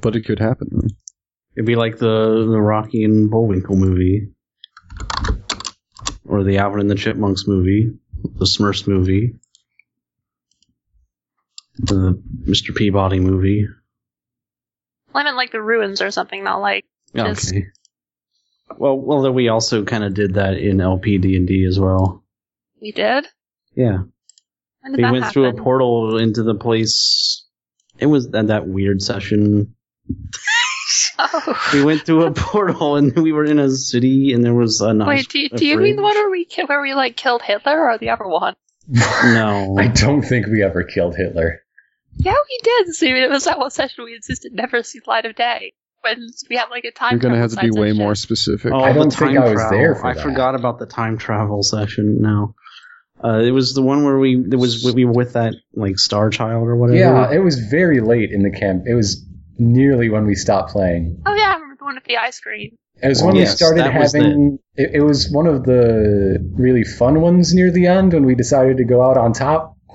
Speaker 4: But it could happen.
Speaker 5: It'd be like the the Rocky and Bullwinkle movie, or the Alvin and the Chipmunks movie, the Smurfs movie, the Mr. Peabody movie.
Speaker 7: Well, I meant like the ruins or something, not like
Speaker 5: Yeah,
Speaker 7: Yes.
Speaker 5: Okay. Well, well, then we also kind of did that in LP D and D as well.
Speaker 7: we did.
Speaker 5: Yeah,
Speaker 7: When did
Speaker 5: They
Speaker 7: that
Speaker 5: went
Speaker 7: happen?
Speaker 5: through a portal into the place. It was that that weird session.
Speaker 7: Oh.
Speaker 5: We went through a portal and we were in a city and there was a.
Speaker 7: Wait, do, do you mean the one where we ki- where we like killed Hitler or the other one?
Speaker 5: No.
Speaker 1: I don't think we ever killed Hitler.
Speaker 7: Yeah, we did. See, it was that one session we insisted never see the light of day when we had like a time.
Speaker 4: You're gonna have to be
Speaker 7: travel
Speaker 4: way
Speaker 7: science
Speaker 4: more
Speaker 7: session.
Speaker 4: specific.
Speaker 5: Oh,
Speaker 1: I don't
Speaker 5: the
Speaker 1: think
Speaker 5: time
Speaker 1: I was
Speaker 5: travel.
Speaker 1: there for
Speaker 5: I
Speaker 1: that.
Speaker 5: forgot about the time travel session. No, uh, it was the one where we it was we were with that like Star Child or whatever.
Speaker 1: Yeah, it was very late in the camp. It was nearly when we stopped playing.
Speaker 7: Oh yeah, I remember the one with the ice cream.
Speaker 1: It was when
Speaker 5: Yes,
Speaker 1: we started
Speaker 5: that was
Speaker 1: having. It, it was one of the really fun ones near the end when we decided to go out on top.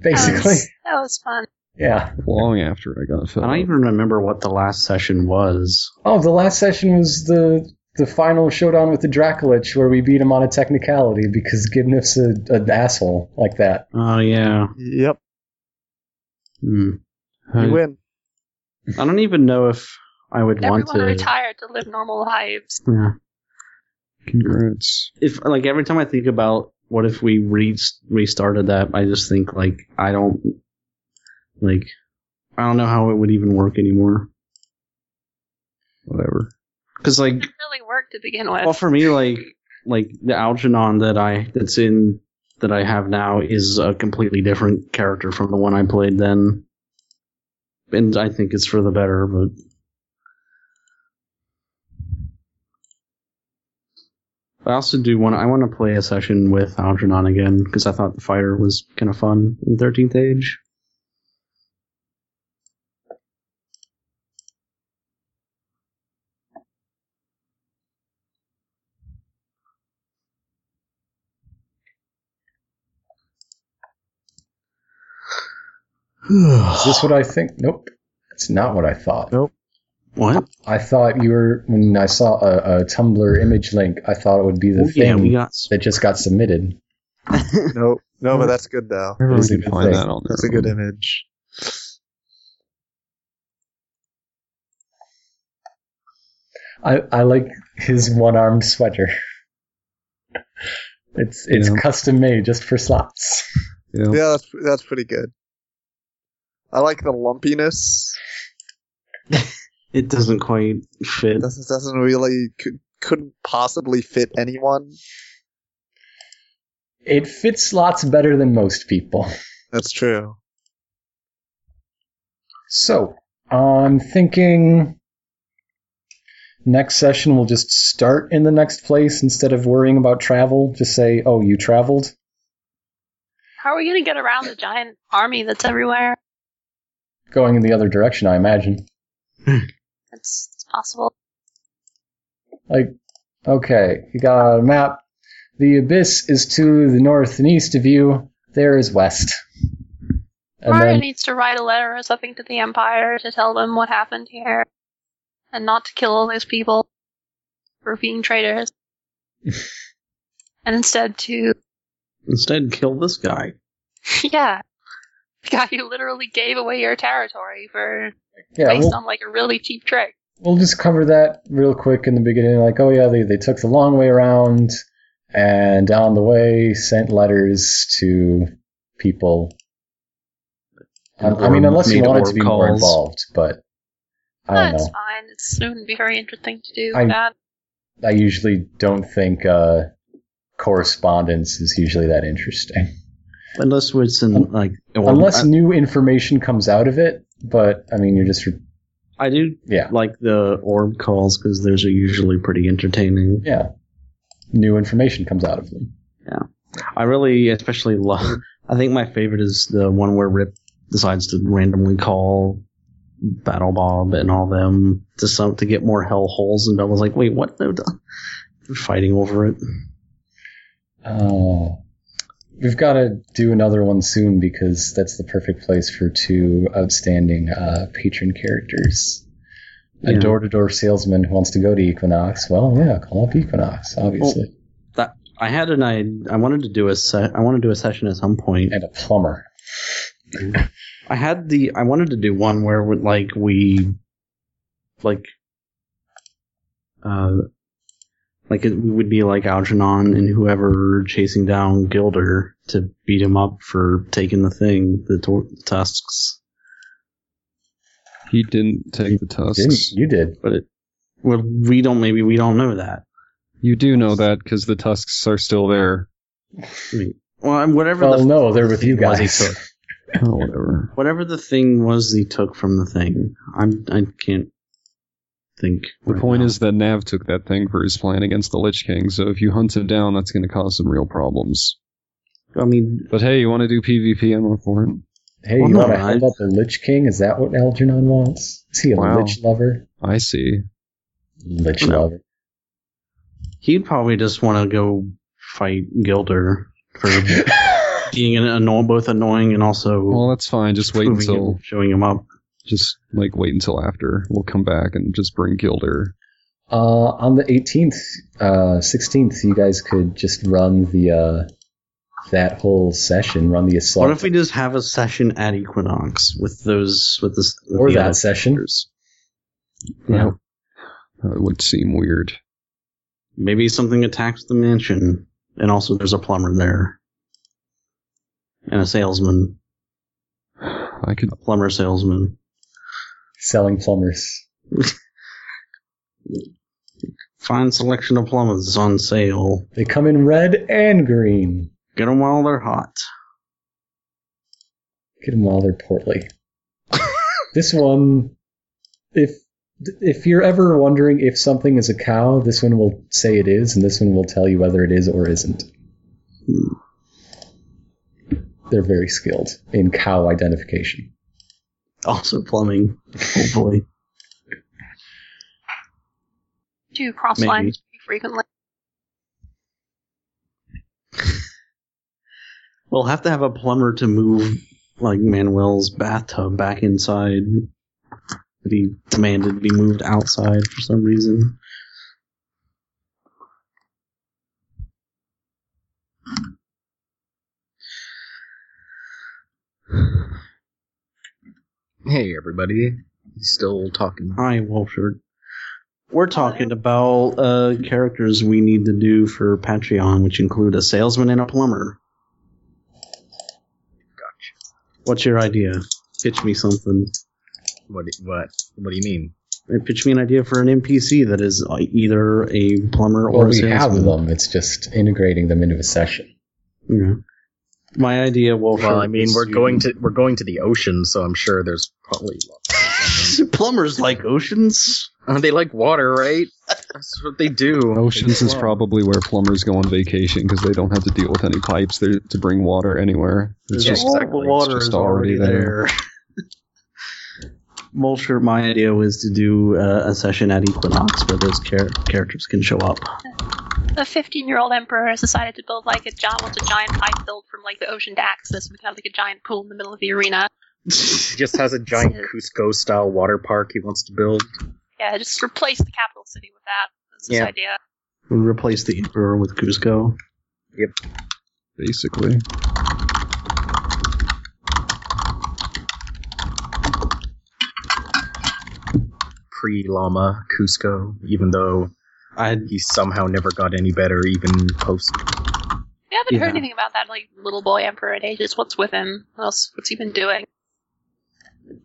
Speaker 1: Basically,
Speaker 7: that was, that was fun.
Speaker 1: yeah.
Speaker 4: Long after I got
Speaker 5: I
Speaker 4: filled.
Speaker 5: don't
Speaker 4: out.
Speaker 5: even remember what the last session was.
Speaker 1: Oh, the last session was the the final showdown with the Dracolich, where we beat him on a technicality because Gibniff's a, an asshole like that.
Speaker 5: Oh yeah,
Speaker 2: Yep,
Speaker 5: Hmm.
Speaker 2: you
Speaker 4: I-
Speaker 2: win.
Speaker 5: I don't even know if I would
Speaker 7: Everyone
Speaker 5: want to.
Speaker 7: retired to live normal lives.
Speaker 5: Yeah.
Speaker 4: Congrats.
Speaker 5: If like every time I think about what if we re- restarted that, I just think like I don't like I don't know how it would even work anymore.
Speaker 4: Whatever.
Speaker 5: Because like
Speaker 7: It didn't really work to begin with.
Speaker 5: well for me like like the algernon that i that's in that i have now is a completely different character from the one i played then and i think it's for the better but I also do want. I want to play a session with Algernon again because I thought the fighter was kind of fun in Thirteenth Age.
Speaker 1: Is this what I think? Nope, it's not what I thought.
Speaker 5: What?
Speaker 1: I thought you were when I saw a, a Tumblr image link. I thought it would be the
Speaker 5: Oh, yeah,
Speaker 1: thing
Speaker 5: we got.
Speaker 1: that just got submitted.
Speaker 2: No, no, but that's good though.
Speaker 4: Everyone
Speaker 1: It's a
Speaker 4: can
Speaker 1: good
Speaker 4: find
Speaker 1: thing.
Speaker 4: that on there.
Speaker 2: That's a good image.
Speaker 1: I, I like his one armed sweater. It's it's
Speaker 4: Yeah.
Speaker 1: custom made just for slots.
Speaker 4: Yeah.
Speaker 2: Yeah, that's that's pretty good. I like the lumpiness.
Speaker 5: It doesn't quite fit.
Speaker 2: This doesn't really could, couldn't possibly fit anyone.
Speaker 1: It fits slots better than most people.
Speaker 2: That's true.
Speaker 1: So, I'm thinking next session we'll just start in the next place instead of worrying about travel. Just say, oh, you traveled.
Speaker 7: How are we gonna get around the giant army that's everywhere?
Speaker 1: Going in the other direction, I imagine.
Speaker 7: It's, it's possible.
Speaker 1: Like, okay, you got a map. The abyss is to the north and east of you. There is west. And
Speaker 7: Mario
Speaker 1: then,
Speaker 7: needs to write a letter or something to the Empire to tell them what happened here, and not to kill all those people for being traitors, and instead to
Speaker 5: Instead, kill this guy.
Speaker 7: yeah, the guy who literally gave away your territory for
Speaker 1: yeah,
Speaker 7: based
Speaker 1: we'll,
Speaker 7: on like a really cheap trick.
Speaker 1: we'll just cover that real quick in the beginning. Like, oh yeah, they, they took the long way around and down the way sent letters to people. I, I mean,
Speaker 5: Or
Speaker 1: unless you
Speaker 5: made
Speaker 1: wanted
Speaker 5: orb
Speaker 1: to be more
Speaker 5: calls.
Speaker 1: involved, but I
Speaker 7: That's
Speaker 1: don't know.
Speaker 7: fine. It's, it wouldn't be very interesting to do
Speaker 1: I-
Speaker 7: that.
Speaker 1: I usually don't think uh, correspondence is usually that interesting.
Speaker 5: Unless it's in like. well,
Speaker 1: Unless
Speaker 5: I-
Speaker 1: new information comes out of it, but I mean, you're just, re-
Speaker 5: I do
Speaker 1: yeah,
Speaker 5: like the orb calls because those are usually pretty entertaining.
Speaker 1: yeah. New information comes out of them.
Speaker 5: I really, especially love. I think my favorite is the one where Rip decides to randomly call Battle Bob and all them to some to get more hell holes, and Bella's like, "Wait, what? No, duh." they're fighting over it."
Speaker 1: Oh. We've got to do another one soon because that's the perfect place for two outstanding uh, patron characters. A
Speaker 5: Yeah.
Speaker 1: door to door salesman who wants to go to Equinox. Well, yeah, call up Equinox, obviously.
Speaker 5: I had an I I wanted to do a se- I want to do a session at some point.
Speaker 1: And a plumber.
Speaker 5: I had the I wanted to do one where we- like we like uh Like it would be like Algernon and whoever chasing down Gilder to beat him up for taking the thing, the tor- tusks.
Speaker 4: He didn't take the
Speaker 1: Didn't
Speaker 4: tusks.
Speaker 1: you did?
Speaker 5: But it, well, we don't. Maybe we don't know that.
Speaker 4: You do know that because the tusks are still there.
Speaker 5: I mean, well, I'm- whatever
Speaker 1: Well,
Speaker 5: the
Speaker 1: no, they're with you
Speaker 5: thing was he
Speaker 1: guys.
Speaker 5: took-
Speaker 4: Oh, whatever.
Speaker 5: whatever the thing was he took from the thing. I'm. I can't think.
Speaker 4: The
Speaker 5: right
Speaker 4: point
Speaker 5: now.
Speaker 4: is that Nav took that thing for his plan against the Lich King, so if you hunt him down, that's going to cause some real problems.
Speaker 5: I mean,
Speaker 4: But hey, you want to do PvP? I'm all for it.
Speaker 1: Hey,
Speaker 5: Well,
Speaker 1: you
Speaker 5: no,
Speaker 1: want to
Speaker 5: I-
Speaker 1: help out the Lich King? Is that what Algernon wants? Is he a
Speaker 4: Wow.
Speaker 1: Lich lover?
Speaker 4: I see.
Speaker 1: Lich
Speaker 5: No.
Speaker 1: lover.
Speaker 5: he'd probably just want to go fight Gilder for being an anno- both annoying and also
Speaker 4: Well, that's fine. Just wait
Speaker 5: moving him-
Speaker 4: until
Speaker 5: showing him up.
Speaker 4: just like wait until after. We'll come back and just bring Gilder.
Speaker 1: Uh, on the 18th, uh, 16th, you guys could just run the uh, that whole session, run the assault,
Speaker 5: What if we just have a session at Equinox with those with this with
Speaker 1: or
Speaker 5: the
Speaker 1: that
Speaker 5: other
Speaker 1: session.
Speaker 5: players? Yeah.
Speaker 4: That would seem weird.
Speaker 5: Maybe something attacks the mansion, and also there's a plumber there, and a salesman,
Speaker 4: I could.
Speaker 5: a plumber salesman.
Speaker 1: selling plumbers.
Speaker 5: Fine selection of plumbers on sale.
Speaker 1: They come in red and green.
Speaker 5: Get them while they're hot.
Speaker 1: Get them while they're portly. this one, if if you're ever wondering if something is a cow, this one will say it is, and this one will tell you whether it is or isn't.
Speaker 5: Hmm.
Speaker 1: They're very skilled in cow identification.
Speaker 5: Also plumbing, hopefully.
Speaker 7: Do cross
Speaker 5: Maybe.
Speaker 7: lines pretty frequently.
Speaker 5: We'll have to have a plumber to move like Manuel's bathtub back inside. That he demanded to be moved outside for some reason.
Speaker 6: Hey, everybody. He's still talking.
Speaker 5: Hi, Wolford. We're talking about uh, characters we need to do for Patreon, which include a salesman and a plumber. Gotcha. What's your idea? Pitch me something.
Speaker 6: What? do- What? What do you mean?
Speaker 5: Uh, Pitch me an idea for an NPC that is uh, either a plumber or
Speaker 1: Well,
Speaker 5: a
Speaker 1: we
Speaker 5: salesman.
Speaker 1: have them. It's just integrating them into a session.
Speaker 5: Yeah. My idea, Wolf.
Speaker 6: Well, I mean, we're going to we're going to the ocean, so I'm sure there's probably.
Speaker 5: plumbers like oceans.
Speaker 6: Uh, they like water, right? That's what they do.
Speaker 4: Oceans
Speaker 6: They
Speaker 4: is
Speaker 6: swim.
Speaker 4: probably where plumbers go on vacation because they don't have to deal with any pipes there to bring water anywhere. It's
Speaker 6: Yeah,
Speaker 4: just
Speaker 6: exactly.
Speaker 5: All the water
Speaker 4: It's just
Speaker 5: is already
Speaker 4: already
Speaker 5: there. Mulcher, my idea was to do uh, a session at Equinox where those char- characters can show up.
Speaker 7: The 15 year old emperor has decided to build like a giant, wants a giant pipe built from like the ocean to Axis. We can have like a giant pool in the middle of the arena.
Speaker 6: He just has a giant Cusco style water park he wants to build.
Speaker 7: Yeah, just replace the capital city with that. That's his
Speaker 6: Yeah.
Speaker 7: idea.
Speaker 5: We replace the Emperor with Cusco.
Speaker 4: basically.
Speaker 6: Pre Llama Cusco, even though
Speaker 5: I
Speaker 6: he somehow never got any better, even post.
Speaker 7: We haven't
Speaker 5: Yeah.
Speaker 7: heard anything about that like little boy emperor in ages. What's with him? What else? What's he been doing?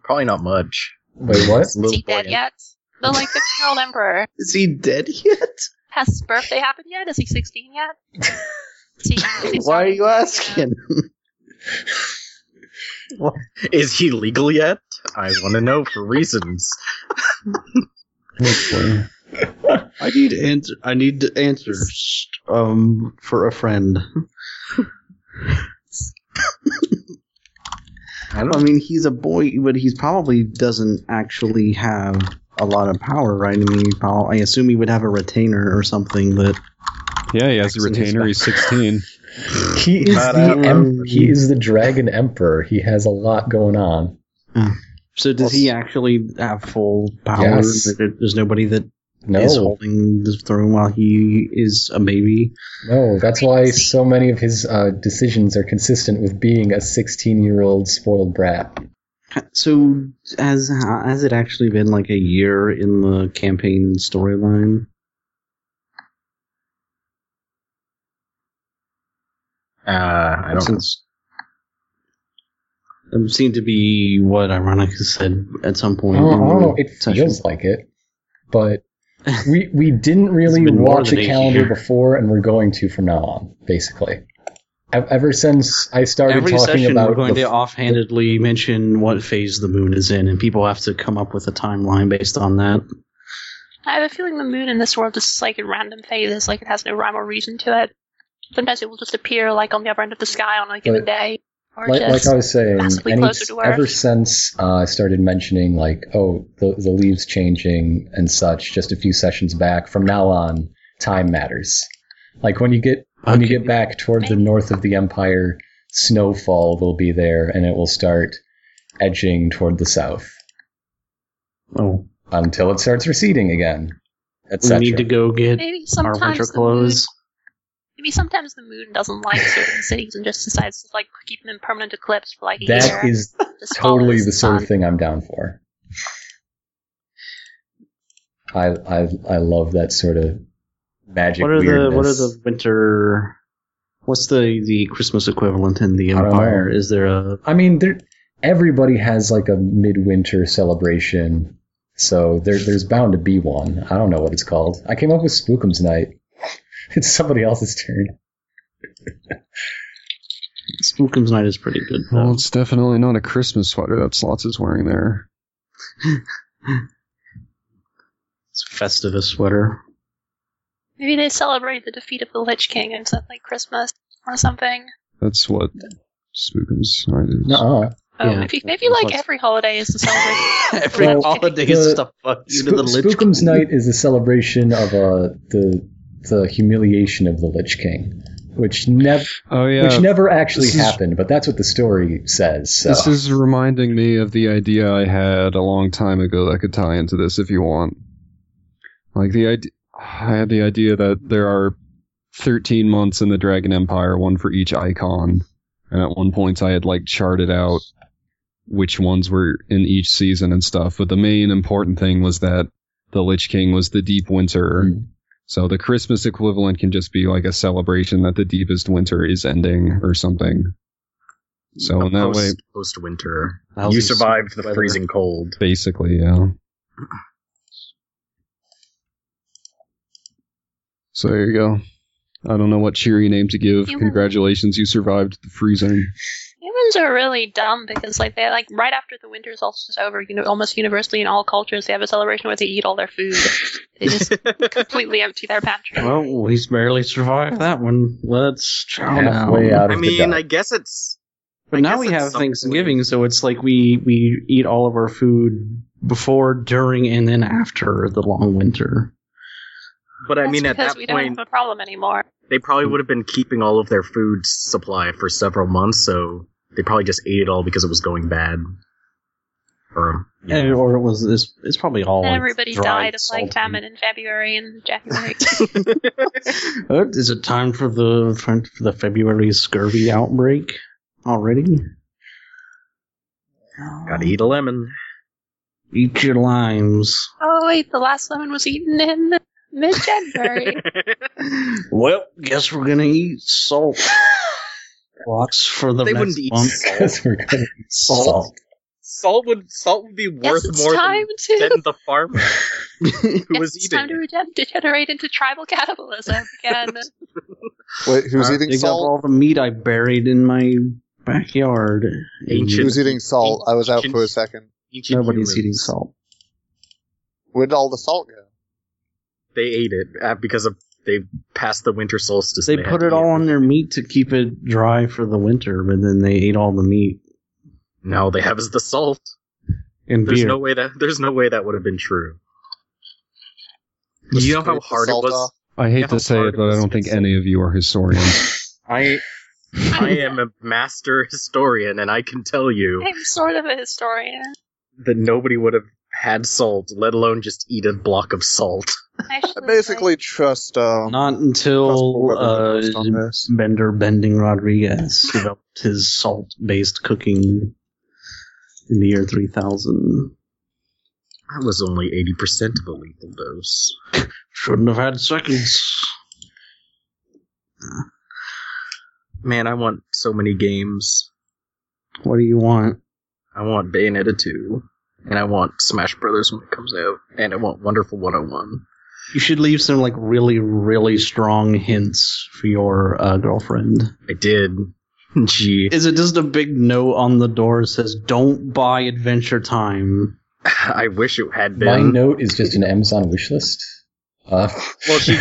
Speaker 6: Probably not much.
Speaker 1: Wait, what?
Speaker 6: It's
Speaker 7: Is
Speaker 6: little
Speaker 7: he dead
Speaker 6: boy-
Speaker 7: yet? The like 15 year old emperor.
Speaker 5: is he dead yet?
Speaker 7: Has his birthday happened yet? Is he 16 yet? Is he- is he
Speaker 5: Why are
Speaker 7: starting-
Speaker 5: you asking?
Speaker 6: Is he legal yet? I want to know for reasons.
Speaker 4: Hopefully.
Speaker 5: I need answer. I need answers. Um, for a friend.
Speaker 6: I
Speaker 5: I
Speaker 6: don't.
Speaker 5: mean, he's a boy, but he probably doesn't actually have a lot of power, right? I mean, he prob- I assume he would have a retainer or something that.
Speaker 4: Yeah, he has a
Speaker 5: Excellent
Speaker 4: retainer. He's 16.
Speaker 1: He is
Speaker 6: Ta-da.
Speaker 1: the em- he is the dragon emperor. He has a lot going on.
Speaker 5: So does he actually have full power?
Speaker 1: Yes.
Speaker 5: There- There's nobody that is
Speaker 1: No,
Speaker 5: holding the throne while he is a baby.
Speaker 1: no, that's why so many of his uh, decisions are consistent with being a 16-year-old spoiled brat.
Speaker 5: So has has it actually been like a year in the campaign storyline?
Speaker 6: Uh, I don't.
Speaker 5: Since it seemed to be what Ironica said at some
Speaker 1: I
Speaker 5: point.
Speaker 1: don't, I
Speaker 5: in
Speaker 1: don't
Speaker 5: the
Speaker 1: know. It
Speaker 5: session.
Speaker 1: feels like it, but we we didn't really
Speaker 5: It's been more
Speaker 1: watch
Speaker 5: than
Speaker 1: a
Speaker 5: a
Speaker 1: calendar
Speaker 5: year.
Speaker 1: before, and we're going to from now on, basically. Ev- Ever since I started
Speaker 5: Every
Speaker 1: talking
Speaker 5: session,
Speaker 1: about
Speaker 5: we're going
Speaker 1: the-
Speaker 5: to offhandedly mention what phase the moon is in, and people have to come up with a timeline based on that.
Speaker 7: I have a feeling the moon in this world is like in random phases, like it has no rhyme or reason to it. Sometimes it will just appear like on the other end of the sky on a given
Speaker 1: Like-
Speaker 7: day, or
Speaker 1: like, like
Speaker 7: just
Speaker 1: I was saying,
Speaker 7: massively
Speaker 1: any,
Speaker 7: closer to Earth.
Speaker 1: ever since uh, I started mentioning like, oh, the the leaves changing and such, just a few sessions back. From now on, time matters. Like when you get when you
Speaker 5: Okay.
Speaker 1: get back toward the north of the empire, snowfall will be there, and it will start edging toward the south
Speaker 5: Oh,
Speaker 1: until it starts receding again.
Speaker 5: we
Speaker 1: Etc.
Speaker 5: need to go get
Speaker 7: maybe
Speaker 5: our winter
Speaker 7: sometimes the moon,
Speaker 5: clothes.
Speaker 7: maybe sometimes the moon doesn't like certain cities and just decides to like keep them in permanent eclipse for like a year.
Speaker 1: That is
Speaker 7: just
Speaker 1: totally
Speaker 7: follows
Speaker 1: the sort of
Speaker 7: sun.
Speaker 1: thing I'm down for. I I I love that sort of magic
Speaker 5: What are
Speaker 1: weirdness.
Speaker 5: the What are the winter? What's the the Christmas equivalent in the
Speaker 1: I don't
Speaker 5: Empire?
Speaker 1: know.
Speaker 5: Is there a
Speaker 1: I mean, there everybody has like a midwinter celebration, so there there's bound to be one. I don't know what it's called. I came up with Spookums Night. It's somebody else's turn.
Speaker 5: Spookums Night is pretty good.
Speaker 4: Well,
Speaker 5: Though.
Speaker 4: it's definitely not a Christmas sweater that Slots is wearing there.
Speaker 5: It's Festivus sweater.
Speaker 7: Maybe they celebrate the defeat of the Lich King and something like Christmas or something.
Speaker 4: That's what Spookums night is.
Speaker 1: Nuh-uh.
Speaker 7: Oh,
Speaker 5: Yeah.
Speaker 7: maybe maybe like
Speaker 5: That's-
Speaker 7: every holiday is a celebration.
Speaker 5: Every
Speaker 1: Well,
Speaker 5: holiday
Speaker 1: the-
Speaker 5: is just a fuck you to the
Speaker 1: Spook-
Speaker 5: Lich
Speaker 1: Spookums
Speaker 5: King.
Speaker 1: Night is a celebration of uh, the the humiliation of the Lich King, which never
Speaker 4: Oh yeah.
Speaker 1: which never actually
Speaker 4: this is-
Speaker 1: happened, but that's what the story says. So.
Speaker 4: This is reminding me of the idea I had a long time ago that could tie into this if you want. Like the idea, I had the idea that there are 13 months in the Dragon Empire, one for each icon. And at one point I had like charted out which ones were in each season and stuff, but the main important thing was that the Lich King was the deep winter.
Speaker 1: Hmm.
Speaker 4: So the Christmas equivalent can just be like a celebration that the deepest winter is ending or something. So in that way,
Speaker 6: post winter,
Speaker 5: Lousy
Speaker 6: you survived the
Speaker 5: weather.
Speaker 6: freezing cold.
Speaker 4: Basically, yeah. So there you go. I don't know what cheery name to give.
Speaker 7: You were-
Speaker 4: Congratulations, you survived the freezing.
Speaker 7: Humans are really dumb because like they like right after the winter solstice is over, you know, almost universally in all cultures they have a celebration where they eat all their food. They just completely empty their pantry.
Speaker 5: Well, he's barely survived that one. Let's chow
Speaker 1: Halfway
Speaker 5: down.
Speaker 1: out
Speaker 6: I
Speaker 1: of
Speaker 6: mean,
Speaker 1: the
Speaker 6: I
Speaker 1: I...
Speaker 6: guess it's.
Speaker 5: But
Speaker 6: I
Speaker 5: now
Speaker 6: guess
Speaker 5: we
Speaker 6: at
Speaker 5: have
Speaker 6: some point-
Speaker 5: Thanksgiving, so it's like we we eat all of our food before, during, and then after the long winter.
Speaker 6: But I
Speaker 7: That's
Speaker 6: mean, at
Speaker 7: because
Speaker 6: that
Speaker 7: we don't
Speaker 6: point,
Speaker 7: have a problem anymore.
Speaker 6: they probably would have been keeping all of their food supply for several months, so they probably just ate it all because it was going bad. Or you
Speaker 5: And-
Speaker 6: know,
Speaker 5: or it was it's, it's probably
Speaker 6: Oh,
Speaker 5: all.
Speaker 7: and
Speaker 5: like,
Speaker 7: everybody
Speaker 5: dried,
Speaker 7: died of
Speaker 5: salty.
Speaker 7: like famine in February and January.
Speaker 5: Uh, Is it time for the for the February scurvy outbreak already?
Speaker 6: gotta eat a lemon.
Speaker 5: Eat your limes.
Speaker 7: oh wait, the last lemon was eaten in mid January.
Speaker 5: Well, guess we're gonna eat salt. Lots for the
Speaker 6: they
Speaker 5: next
Speaker 6: wouldn't eat
Speaker 5: month.
Speaker 6: salt.
Speaker 1: we're gonna eat
Speaker 5: Salt.
Speaker 1: salt.
Speaker 6: Salt would salt would be
Speaker 7: yes,
Speaker 6: worth
Speaker 7: it's
Speaker 6: more
Speaker 7: time
Speaker 6: than,
Speaker 7: to
Speaker 6: than the farmer who
Speaker 7: yes,
Speaker 6: was
Speaker 7: it's
Speaker 6: eating.
Speaker 7: time to regen- degenerate into tribal cannibalism again.
Speaker 2: Wait, who's
Speaker 5: I
Speaker 2: eating
Speaker 5: dig up
Speaker 2: salt?
Speaker 5: Uh, all the meat I buried in my backyard.
Speaker 6: Ancient-
Speaker 2: Who's eating salt? I was out for a second.
Speaker 6: it. Ancient
Speaker 5: Nobody's
Speaker 6: humans,
Speaker 5: eating salt.
Speaker 2: Where did all the salt go?
Speaker 6: They ate it uh, because of they passed the winter solstice.
Speaker 5: They
Speaker 6: and
Speaker 5: put
Speaker 6: had
Speaker 5: it
Speaker 6: to eat
Speaker 5: all on their meat to keep it dry for the winter, but then they ate all the meat
Speaker 6: No, they have is the salt.
Speaker 5: and
Speaker 6: There's
Speaker 5: beer.
Speaker 6: no way that there's no way that would have been true. You know how
Speaker 2: Scrape the
Speaker 6: hard it
Speaker 2: salt
Speaker 6: was.
Speaker 2: off.
Speaker 4: I hate
Speaker 6: Yeah,
Speaker 4: to say it,
Speaker 6: hard
Speaker 4: but I
Speaker 6: was
Speaker 4: don't think
Speaker 6: this?
Speaker 4: any of you are historians.
Speaker 6: I I am a master historian, and I can tell you
Speaker 7: I'm sort of a historian.
Speaker 6: that nobody would have had salt, let alone just eat a block of salt.
Speaker 7: Actually,
Speaker 2: I basically trust um
Speaker 5: Not
Speaker 2: trust
Speaker 5: until
Speaker 2: whoever
Speaker 5: uh,
Speaker 2: goes on this.
Speaker 5: Bender Bending Rodriguez developed his salt-based cooking in the year 3000.
Speaker 6: That was only eighty percent of a lethal dose.
Speaker 5: Shouldn't have had seconds.
Speaker 6: Man, I want so many games.
Speaker 5: What do you want?
Speaker 6: I want Bayonetta 2, and I want Smash Brothers when it comes out, and I want Wonderful 101.
Speaker 5: You should leave some like really, really strong hints for your uh, girlfriend.
Speaker 6: I did. Gee.
Speaker 5: Is it just a big note on the door that says "Don't buy Adventure Time"?
Speaker 6: I wish it had been.
Speaker 1: My note is just an Amazon wish list. Uh,
Speaker 6: Well, she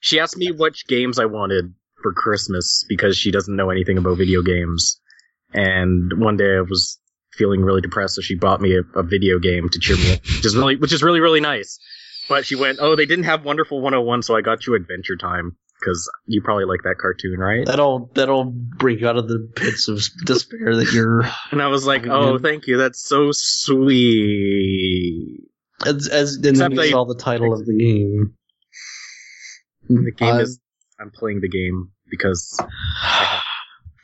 Speaker 6: she asked me which games I wanted for Christmas because she doesn't know anything about video games. And one day I was feeling really depressed, so she bought me a, a video game to cheer me up, which is really, which is really, really nice. But she went, "Oh, they didn't have Wonderful 101, so I got you Adventure Time because you probably like that cartoon, right?"
Speaker 5: That'll that'll bring you out of the pits of despair that you're.
Speaker 6: And I was like,
Speaker 5: Oh,
Speaker 6: "Oh,
Speaker 5: man.
Speaker 6: thank you, that's so sweet."
Speaker 5: As, as and then
Speaker 6: Except
Speaker 5: you
Speaker 6: I-
Speaker 5: saw the title of the game.
Speaker 6: And the game
Speaker 5: I-
Speaker 6: is, I'm playing the game because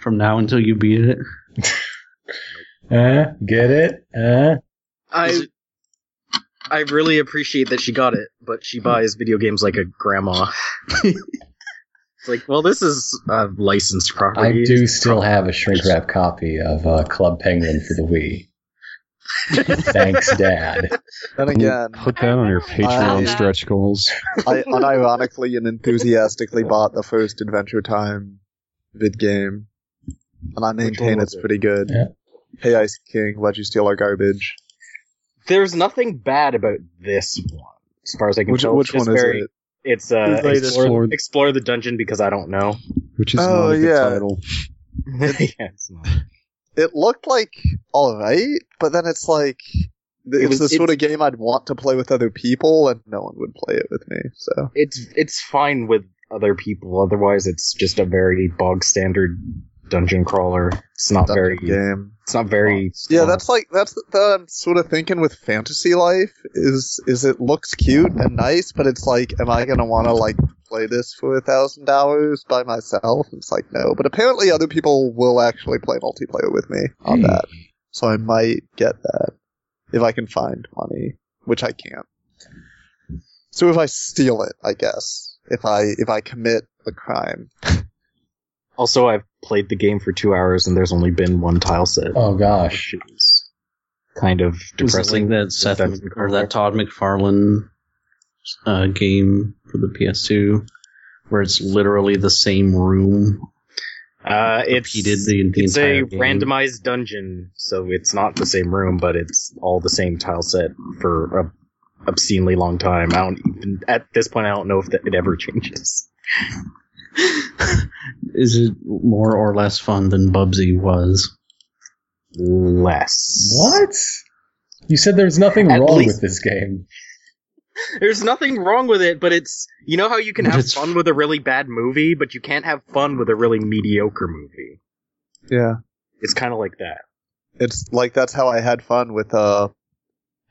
Speaker 5: From now until you beat it.
Speaker 1: uh, get it? Uh,
Speaker 6: I
Speaker 5: Is
Speaker 6: I really appreciate that she got it, but she buys video games like a grandma. it's like, well, this is uh, licensed
Speaker 1: I
Speaker 6: property.
Speaker 1: do still have a shrink wrap copy of uh, Club Penguin for the Wii. Thanks, Dad.
Speaker 2: Then again,
Speaker 4: Put that on your Patreon
Speaker 7: Uh,
Speaker 4: stretch goals.
Speaker 2: I unironically and enthusiastically bought the first Adventure Time vid game, and I maintain
Speaker 6: was
Speaker 2: it's
Speaker 6: it?
Speaker 2: pretty good.
Speaker 1: Yeah.
Speaker 2: Hey, Ice King, why'd you steal our garbage?
Speaker 6: There's nothing bad about this one, as far as I can
Speaker 2: Which
Speaker 6: tell.
Speaker 2: which
Speaker 6: It's
Speaker 2: one is
Speaker 6: very-
Speaker 2: it?
Speaker 6: It's uh,
Speaker 4: It's like
Speaker 6: explore,
Speaker 4: explored.
Speaker 6: explore the dungeon because I don't know.
Speaker 4: Which is
Speaker 2: Oh,
Speaker 4: not a good
Speaker 2: yeah.
Speaker 4: title.
Speaker 6: yeah, it's not.
Speaker 2: It looked like all right, but then it's like th- it's
Speaker 6: was-
Speaker 2: the
Speaker 6: it-
Speaker 2: sort of game I'd want to play with other people, and no one would play it with me. So
Speaker 6: It's it's fine with other people. Otherwise, it's just a very bog standard dungeon crawler. It's not
Speaker 2: dungeon
Speaker 6: very.
Speaker 2: game.
Speaker 6: It's not very.
Speaker 2: Yeah, that's like that's the, the I'm sort of thinking with fantasy life is is it looks cute and nice, but it's like, am I gonna want to like play this for a thousand hours by myself? It's like no, but apparently other people will actually play multiplayer with me on that, so I might get that if I can find money, which I can't. So if I steal it, I guess if I if I commit the crime,
Speaker 6: Also, I've played the game for two hours and there's only been one tile set,
Speaker 1: Oh gosh.
Speaker 6: which is kind of
Speaker 5: Was it
Speaker 6: depressing.
Speaker 5: like that Seth
Speaker 6: That's-
Speaker 5: Mc- or that Todd McFarlane uh, game for the PS2, where it's literally the same room.
Speaker 6: uh, it's
Speaker 5: Repeated the- the
Speaker 6: it's a
Speaker 5: entire game.
Speaker 6: randomized dungeon, so it's not the same room, but it's all the same tile set for a obscenely long time. I don't even at this point. I don't know if that, it ever changes.
Speaker 5: Is it more or less fun than Bubsy was?
Speaker 6: Less
Speaker 1: What? You said there's nothing
Speaker 6: At
Speaker 1: wrong
Speaker 6: least-
Speaker 1: with this game.
Speaker 6: There's nothing wrong with it, but it's you know how you can
Speaker 5: But
Speaker 6: have
Speaker 5: it's-
Speaker 6: fun with a really bad movie, but you can't have fun with a really mediocre movie.
Speaker 2: yeah.
Speaker 6: It's kind of like that.
Speaker 2: It's like that's how I had fun with uh,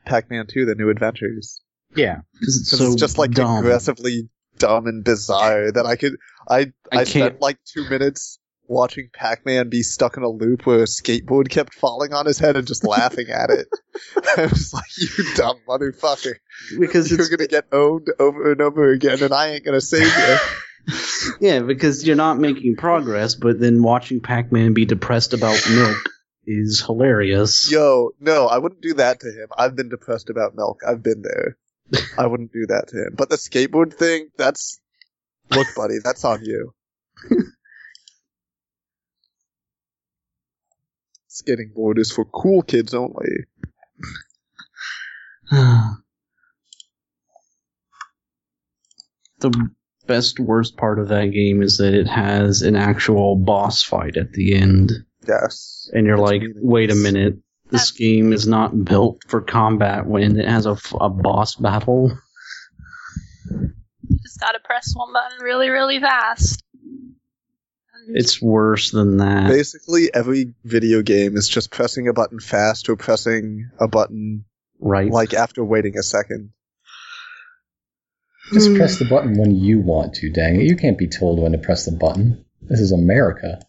Speaker 2: Pac-Man 2: The New Adventures.
Speaker 6: Yeah.
Speaker 5: Because it's,
Speaker 2: 'Cause
Speaker 5: so
Speaker 2: it's just like
Speaker 5: dumb.
Speaker 2: aggressively dumb and bizarre that I could I I,
Speaker 5: I
Speaker 2: spent
Speaker 5: can't-
Speaker 2: like two minutes watching Pac-Man be stuck in a loop where a skateboard kept falling on his head and just laughing at it. I was like, "You dumb motherfucker!
Speaker 5: Because
Speaker 2: You're
Speaker 5: it's
Speaker 2: gonna get owned over and over again, and I ain't gonna save you."
Speaker 5: yeah, because you're not making progress, but then watching Pac-Man be depressed about milk is hilarious.
Speaker 2: Yo, no, I wouldn't do that to him. I've been depressed about milk. I've been there. I wouldn't do that to him. But the skateboard thing, that's look, buddy, that's on you. Skating board is for cool kids only.
Speaker 5: the best worst part of that game is that it has an actual boss fight at the end
Speaker 2: Yes.
Speaker 5: and you're like
Speaker 2: meaningless.
Speaker 5: wait a minute this
Speaker 7: That's-
Speaker 5: game is not built for combat when it has a, f- a boss battle
Speaker 7: Just gotta press one button really, really fast. And
Speaker 5: it's worse than that
Speaker 2: Basically, every video game is just pressing a button fast or pressing a button
Speaker 5: right
Speaker 2: like after waiting a second.
Speaker 1: Just press the button when you want to, dang it. You can't be told when to press the button. This is America.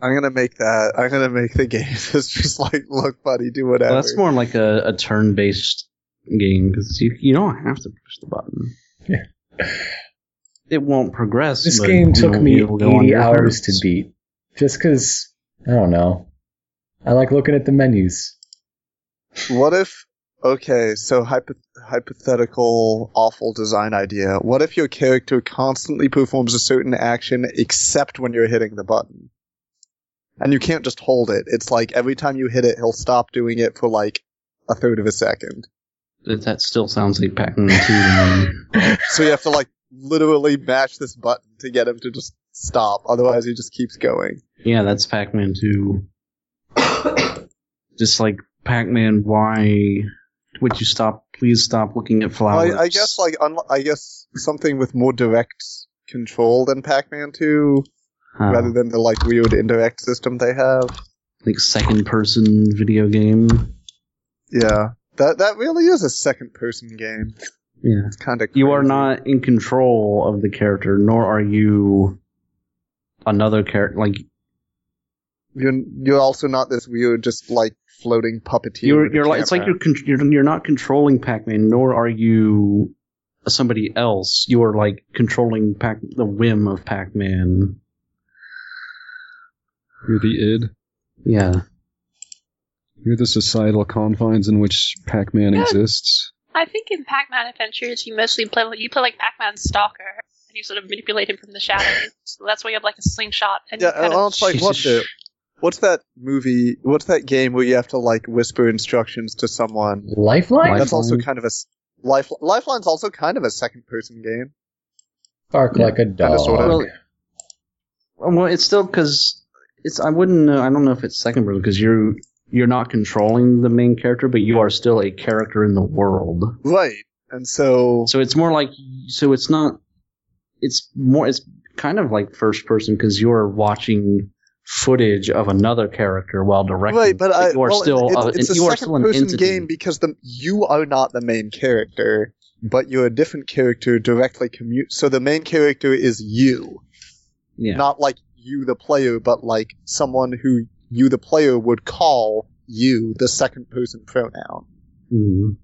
Speaker 2: I'm gonna make that. I'm gonna make the game that's just like, look, buddy, do whatever.
Speaker 5: Well, that's more like a, a turn-based game because you, you don't have to push the button
Speaker 1: Yeah.
Speaker 5: it won't progress
Speaker 1: This
Speaker 5: but
Speaker 1: game took
Speaker 5: you'll-
Speaker 1: me
Speaker 5: you'll go on
Speaker 1: 80
Speaker 5: your
Speaker 1: hours to
Speaker 5: terms.
Speaker 1: beat. Just because, I don't know. I like looking at the menus.
Speaker 2: What if? Okay, so hypo- hypothetical awful design idea. What if your character constantly performs a certain action except when you're hitting the button? And you can't just hold it. It's like every time you hit it, he'll stop doing it for like a third of a second.
Speaker 5: That, that still sounds like Pac-Man 2 to me.
Speaker 2: So you have to like literally mash this button to get him to just stop. Otherwise, he just keeps going.
Speaker 5: Yeah, that's Pac-Man 2. Just like Pac-Man, why would you stop? Please stop looking at flowers.
Speaker 2: I, I guess like unlo- I guess something with more direct control than Pac-Man 2,
Speaker 5: Huh.
Speaker 2: rather than the like weird indirect system they have.
Speaker 5: like second-person video game.
Speaker 2: Yeah, that that really is a second-person game.
Speaker 5: Yeah,
Speaker 2: It's kind of
Speaker 5: you are not in control of the character, nor are you another character. Like
Speaker 2: You're you're also not this weird just like floating puppeteer.
Speaker 5: you're
Speaker 2: with a
Speaker 5: you're like it's like
Speaker 2: camera.
Speaker 5: you're, con- you're you're not controlling Pac-Man, nor are you somebody else. You are like controlling Pac the whim of Pac-Man.
Speaker 4: You're the id.
Speaker 5: Yeah.
Speaker 4: You're the societal confines in which Pac-Man
Speaker 7: Yeah.
Speaker 4: exists.
Speaker 7: I think in Pac-Man Adventures, you mostly play you play like Pac-Man Stalker, and you sort of manipulate him from the shadows. so that's why you have like a slingshot. And
Speaker 2: yeah. oh.
Speaker 7: you kind
Speaker 2: Well, it's like what the. What's that movie? What's that game where you have to like whisper instructions to someone?
Speaker 1: Lifeline?
Speaker 2: That's also
Speaker 5: Lifeline.
Speaker 2: kind of a s- life. Lifeline's also kind of a second-person game.
Speaker 1: Bark like a dog.
Speaker 2: sorta.
Speaker 5: Well, well, it's still because it's. I wouldn't. Know, I don't know if it's second person because you're you're not controlling the main character, but you are still a character in the world.
Speaker 2: Right. And so,
Speaker 5: So it's more like. So it's not. It's more. It's kind of like first person because you're watching footage of another character while directing.
Speaker 2: right, but I,
Speaker 5: you are
Speaker 2: well,
Speaker 5: still.
Speaker 2: it's,
Speaker 5: uh,
Speaker 2: it's a
Speaker 5: you are still an
Speaker 2: second-person
Speaker 5: entity.
Speaker 2: game because the you are not the main character, but you're a different character directly commute. So the main character is you,
Speaker 5: yeah.
Speaker 2: not like you the player, but like someone who you the player would call you the second-person pronoun.
Speaker 5: Mhm.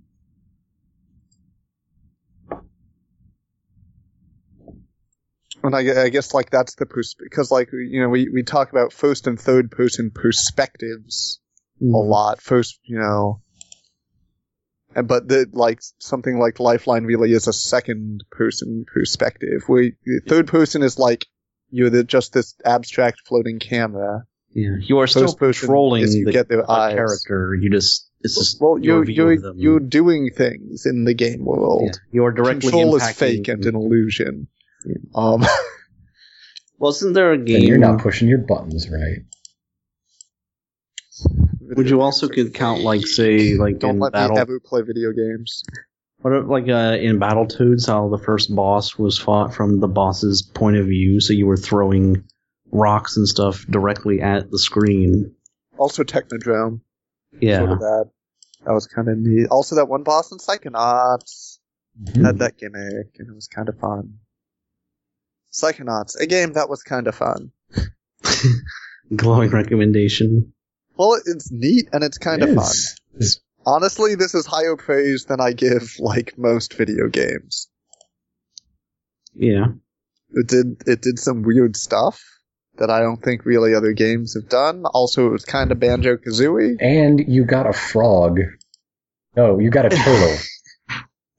Speaker 2: And I, gue- I guess like that's the pers- because like you know we we talk about first and third person perspectives
Speaker 5: Mm-hmm.
Speaker 2: a lot. First, you know, and but the like something like Lifeline really is a second person perspective. Where the third person is like you're the, just this abstract floating camera.
Speaker 5: Yeah. You are still
Speaker 2: First person
Speaker 5: controlling
Speaker 2: is you
Speaker 5: the
Speaker 2: get their
Speaker 5: a
Speaker 2: eyes.
Speaker 5: character. You just. It's just
Speaker 2: Well, you're
Speaker 5: your view
Speaker 2: you're
Speaker 5: of them.
Speaker 2: you're doing things in the game
Speaker 5: Yeah.
Speaker 2: world.
Speaker 5: You are directly
Speaker 2: Control is
Speaker 5: impacting-
Speaker 2: fake and an illusion.
Speaker 5: Yeah.
Speaker 2: Um,
Speaker 5: Well, isn't there a game?
Speaker 1: Then you're not pushing your buttons right.
Speaker 5: Would you also could count like say like
Speaker 2: Don't
Speaker 5: in
Speaker 2: let
Speaker 5: battle?
Speaker 2: me ever play video games.
Speaker 5: what if, like uh, in Battletoads, how the first boss was fought from the boss's point of view, so you were throwing rocks and stuff directly at the screen.
Speaker 2: Also, Technodrome.
Speaker 5: Yeah,
Speaker 2: Sort of that. That was kind of neat. Also, that one boss in Psychonauts
Speaker 1: Hmm.
Speaker 2: had that gimmick, and it was kind of fun. Psychonauts, a game that was kind of fun.
Speaker 5: glowing recommendation.
Speaker 2: Well, it's neat and it's kind of
Speaker 1: It
Speaker 2: fun.
Speaker 1: is. It's-
Speaker 2: Honestly, this is higher praise than I give like most video games.
Speaker 5: Yeah,
Speaker 2: It did it did some weird stuff that I don't think really other games have done. Also, it was kind of Banjo Kazooie.
Speaker 1: And you got a frog. No, you got a turtle.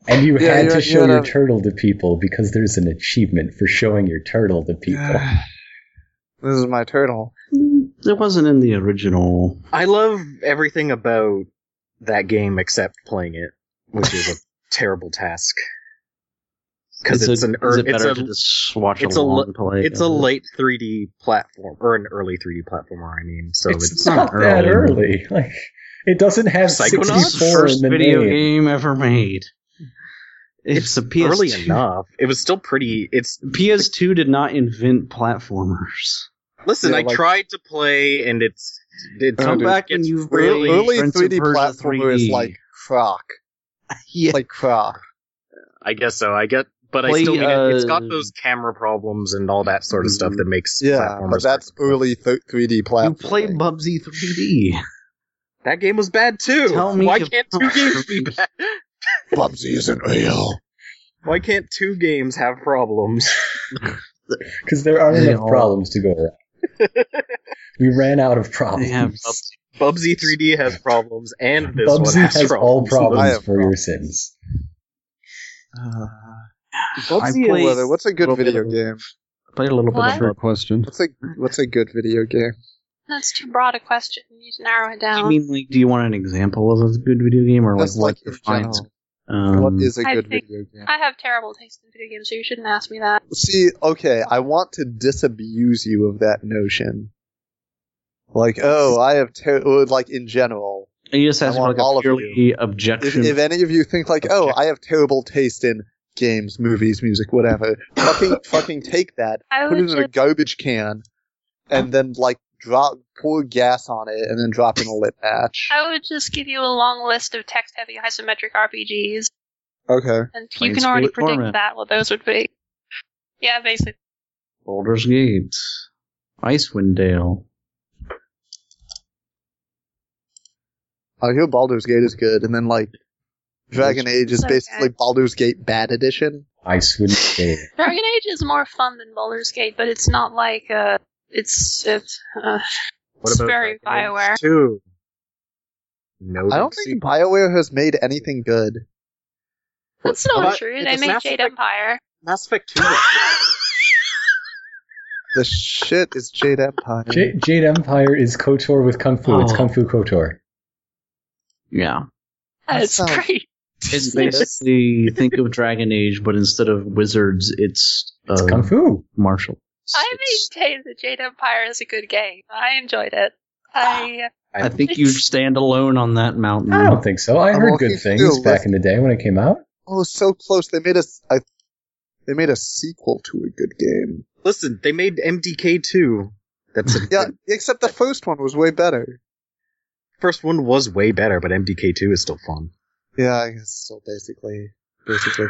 Speaker 1: and you
Speaker 2: Yeah,
Speaker 1: had
Speaker 2: you're-
Speaker 1: to show
Speaker 2: you're
Speaker 1: your
Speaker 2: a-
Speaker 1: turtle to people because there's an achievement for showing your turtle to people.
Speaker 2: this is my turtle.
Speaker 5: it wasn't in the original.
Speaker 6: I love everything about that game except playing it, which is a terrible task. Because
Speaker 5: Is
Speaker 6: it's
Speaker 5: it-
Speaker 6: an
Speaker 5: is
Speaker 6: ear-
Speaker 5: it
Speaker 6: it's
Speaker 5: better
Speaker 6: a
Speaker 5: to just watch
Speaker 6: it's a
Speaker 5: a
Speaker 6: l-
Speaker 5: long play.
Speaker 6: it's a late 3D platform or an early 3D platformer. I mean, so
Speaker 1: it's,
Speaker 6: it's,
Speaker 1: not,
Speaker 5: not
Speaker 1: that
Speaker 5: early.
Speaker 1: early. Like it doesn't have
Speaker 6: Psychonauts?
Speaker 5: It's the
Speaker 1: 64 in
Speaker 5: first
Speaker 1: the
Speaker 5: video
Speaker 1: name.
Speaker 5: game ever made. It's, a PS2.
Speaker 6: early enough. It was still pretty. It's
Speaker 5: PS2 did not invent platformers.
Speaker 6: listen.
Speaker 2: Yeah,
Speaker 6: I
Speaker 2: like-
Speaker 6: tried to play, and it's it
Speaker 5: Come
Speaker 6: gets
Speaker 5: back when you've
Speaker 2: Early,
Speaker 5: really
Speaker 2: early
Speaker 5: Prince of
Speaker 2: 3D
Speaker 5: Persia
Speaker 2: platformer is
Speaker 5: 3D.
Speaker 2: like Croc.
Speaker 5: yeah.
Speaker 2: Like Croc.
Speaker 6: I guess so. I get, but I
Speaker 5: Play,
Speaker 6: still mean it, it's
Speaker 5: uh, Mm-hmm.
Speaker 6: got those camera problems and all that sort of stuff that makes
Speaker 2: Yeah,
Speaker 6: platformers.
Speaker 2: but that's
Speaker 6: difficult.
Speaker 2: early th- 3D
Speaker 5: you
Speaker 2: platforming.
Speaker 5: play Bubsy 3D.
Speaker 6: That game was bad too.
Speaker 5: Tell me
Speaker 6: Why
Speaker 5: if-
Speaker 6: can't two games be bad?
Speaker 2: Bubsy isn't real.
Speaker 6: Why can't two games have problems?
Speaker 1: Because there aren't
Speaker 5: They
Speaker 1: enough
Speaker 5: are.
Speaker 1: problems to go around. We ran out of problems.
Speaker 5: They have
Speaker 6: Bubsy 3D has problems, and this one
Speaker 1: Bubsy
Speaker 6: has,
Speaker 1: has all
Speaker 6: problems.
Speaker 1: problems
Speaker 2: I have
Speaker 1: for your
Speaker 2: problems.
Speaker 1: sins.
Speaker 5: uh,
Speaker 2: Bubsy and
Speaker 5: played
Speaker 2: Leather, what's a good
Speaker 5: little bit
Speaker 2: video
Speaker 5: of-
Speaker 2: game?
Speaker 5: Play a little
Speaker 7: What?
Speaker 5: bit of
Speaker 4: Fair question.
Speaker 2: What's a what's a good video game?
Speaker 7: That's too broad a question. You need to narrow it
Speaker 5: I
Speaker 7: down.
Speaker 5: mean, like, do you want an example of a good video game, or like
Speaker 2: Just
Speaker 5: what
Speaker 2: like in
Speaker 5: defines?
Speaker 2: general.
Speaker 5: Um,
Speaker 2: what is a
Speaker 7: I
Speaker 2: good
Speaker 7: think-
Speaker 2: video game?
Speaker 7: I have terrible taste in video games, so you shouldn't ask me that.
Speaker 2: See, okay, I want to disabuse you of that notion. Like, oh, I have ter- or, like in general.
Speaker 5: And you just asked
Speaker 2: I
Speaker 5: for
Speaker 2: want
Speaker 5: like
Speaker 2: all
Speaker 5: a
Speaker 2: of you.
Speaker 5: purely
Speaker 2: If,
Speaker 5: objection.
Speaker 2: if any of you think like, oh, I have terrible taste in games, movies, music, whatever, fucking fucking take that,
Speaker 7: I
Speaker 2: put
Speaker 7: would
Speaker 2: it in a
Speaker 7: just,
Speaker 2: garbage can, and then like drop pour gas on it, and then drop in a lit match.
Speaker 7: I would just give you a long list of text-heavy isometric RPGs,
Speaker 2: Okay.
Speaker 7: and you
Speaker 5: Plains
Speaker 7: can already
Speaker 5: Spirit
Speaker 7: predict
Speaker 5: Torment.
Speaker 7: that what those would be. Yeah, basically.
Speaker 5: Boulder's Gate, Icewind Dale.
Speaker 2: I hear Baldur's Gate is good, and then like Dragon Age is
Speaker 7: Okay.
Speaker 2: basically Baldur's Gate Bad Edition.
Speaker 1: I wouldn't dare.
Speaker 7: Dragon Age is more fun than Baldur's Gate, but it's not like uh, it's it's uh,
Speaker 6: What
Speaker 7: it's
Speaker 6: about
Speaker 7: very
Speaker 6: Dragon Age
Speaker 7: Bioware.
Speaker 6: 2? No,
Speaker 2: I don't think BioWare has made anything good.
Speaker 7: That's not
Speaker 6: About-
Speaker 7: true.
Speaker 6: it's
Speaker 7: They
Speaker 6: a
Speaker 7: made
Speaker 6: Mass
Speaker 7: Jade
Speaker 6: Effect-
Speaker 7: Empire.
Speaker 6: Mass Effect 2.
Speaker 2: The shit is Jade Empire.
Speaker 1: J- Jade Empire is KOTOR with Kung Fu. It's
Speaker 5: Oh.
Speaker 1: Kung Fu KOTOR.
Speaker 5: Yeah,
Speaker 2: That
Speaker 7: That's
Speaker 2: sounds-
Speaker 7: great.
Speaker 2: Yes.
Speaker 5: it's basically think of Dragon Age, but instead of wizards, it's,
Speaker 1: It's
Speaker 5: uh,
Speaker 1: Kung Fu.
Speaker 5: martial.
Speaker 7: I
Speaker 5: It's-
Speaker 7: maintain that Jade Empire is a good game. I enjoyed it.
Speaker 6: Ah.
Speaker 7: I
Speaker 5: I think you stand alone on that mountain.
Speaker 1: I don't think so. I
Speaker 2: I'm
Speaker 1: heard
Speaker 2: looking
Speaker 1: good things
Speaker 2: through,
Speaker 1: back
Speaker 2: let's-
Speaker 1: in the day when it came out.
Speaker 2: Oh, so close. They made a, s- a- they made a sequel to a good game.
Speaker 6: Listen, they made MDK 2. That's a,
Speaker 2: Yeah,
Speaker 6: the
Speaker 2: except the first one was way better.
Speaker 6: first one was way better, but MDK 2 is still fun.
Speaker 2: Yeah, it's still basically basically.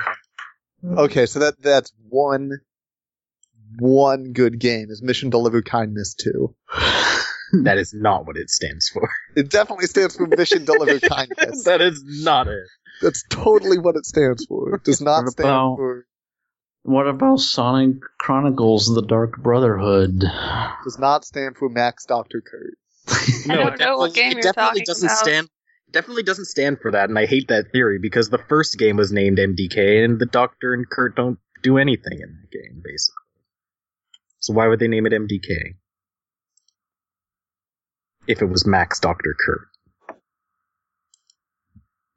Speaker 6: Hmm.
Speaker 2: Okay, so that that's one one good game is Mission Deliver Kindness 2.
Speaker 6: That is not what it stands for.
Speaker 2: It definitely stands for Mission Deliver Kindness.
Speaker 6: that is not it.
Speaker 2: That's totally what it stands for. It does not
Speaker 5: What
Speaker 2: stand
Speaker 5: about-
Speaker 2: for
Speaker 5: What about Sonic Chronicles: The Dark Brotherhood?
Speaker 2: does not stand for Max Doctor Kurt.
Speaker 7: I don't know what
Speaker 6: definitely-
Speaker 7: game
Speaker 6: it
Speaker 7: you're
Speaker 6: definitely
Speaker 7: talking
Speaker 6: doesn't
Speaker 7: about.
Speaker 6: stand. Definitely doesn't stand for that, and I hate that theory because the first game was named MDK, and the Doctor and Kurt don't do anything in that game, basically. So why would they name it MDK if it was Max Doctor Kurt?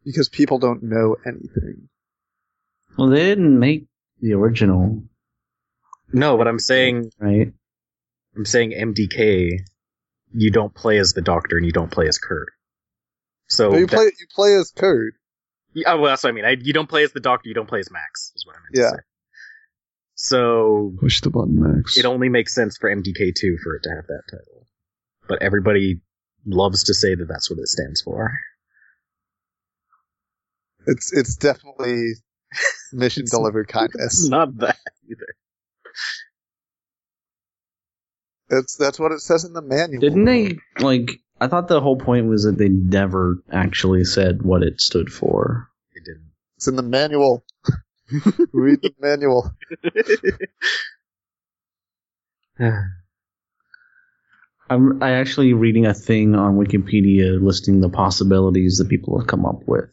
Speaker 2: Because people don't know anything.
Speaker 5: Well, they didn't make the original,
Speaker 6: No, but I'm saying
Speaker 5: right?
Speaker 6: I'm saying MDK. You don't play as the Doctor, and you don't play as Kurt. So
Speaker 2: But you
Speaker 6: Oh, that-
Speaker 2: play you play as Kurt.
Speaker 6: Yeah, well, that's what I mean. I, you don't play as the Doctor, you don't play as Max, is what I meant
Speaker 2: Yeah.
Speaker 6: to say. So
Speaker 4: Push the button, Max.
Speaker 6: it only makes sense for MDK2 for it to have that title. But everybody loves to say that that's what it stands for.
Speaker 2: It's it's definitely mission
Speaker 6: It's-
Speaker 2: delivered
Speaker 6: It's
Speaker 2: kindness.
Speaker 6: not that either.
Speaker 2: It's that's what it says in the manual.
Speaker 5: Didn't they like? I thought the whole point was that they never actually said what it stood for.
Speaker 6: It didn't.
Speaker 2: It's in the manual. Read the manual.
Speaker 5: I'm I actually reading a thing on Wikipedia listing the possibilities that people have come up with.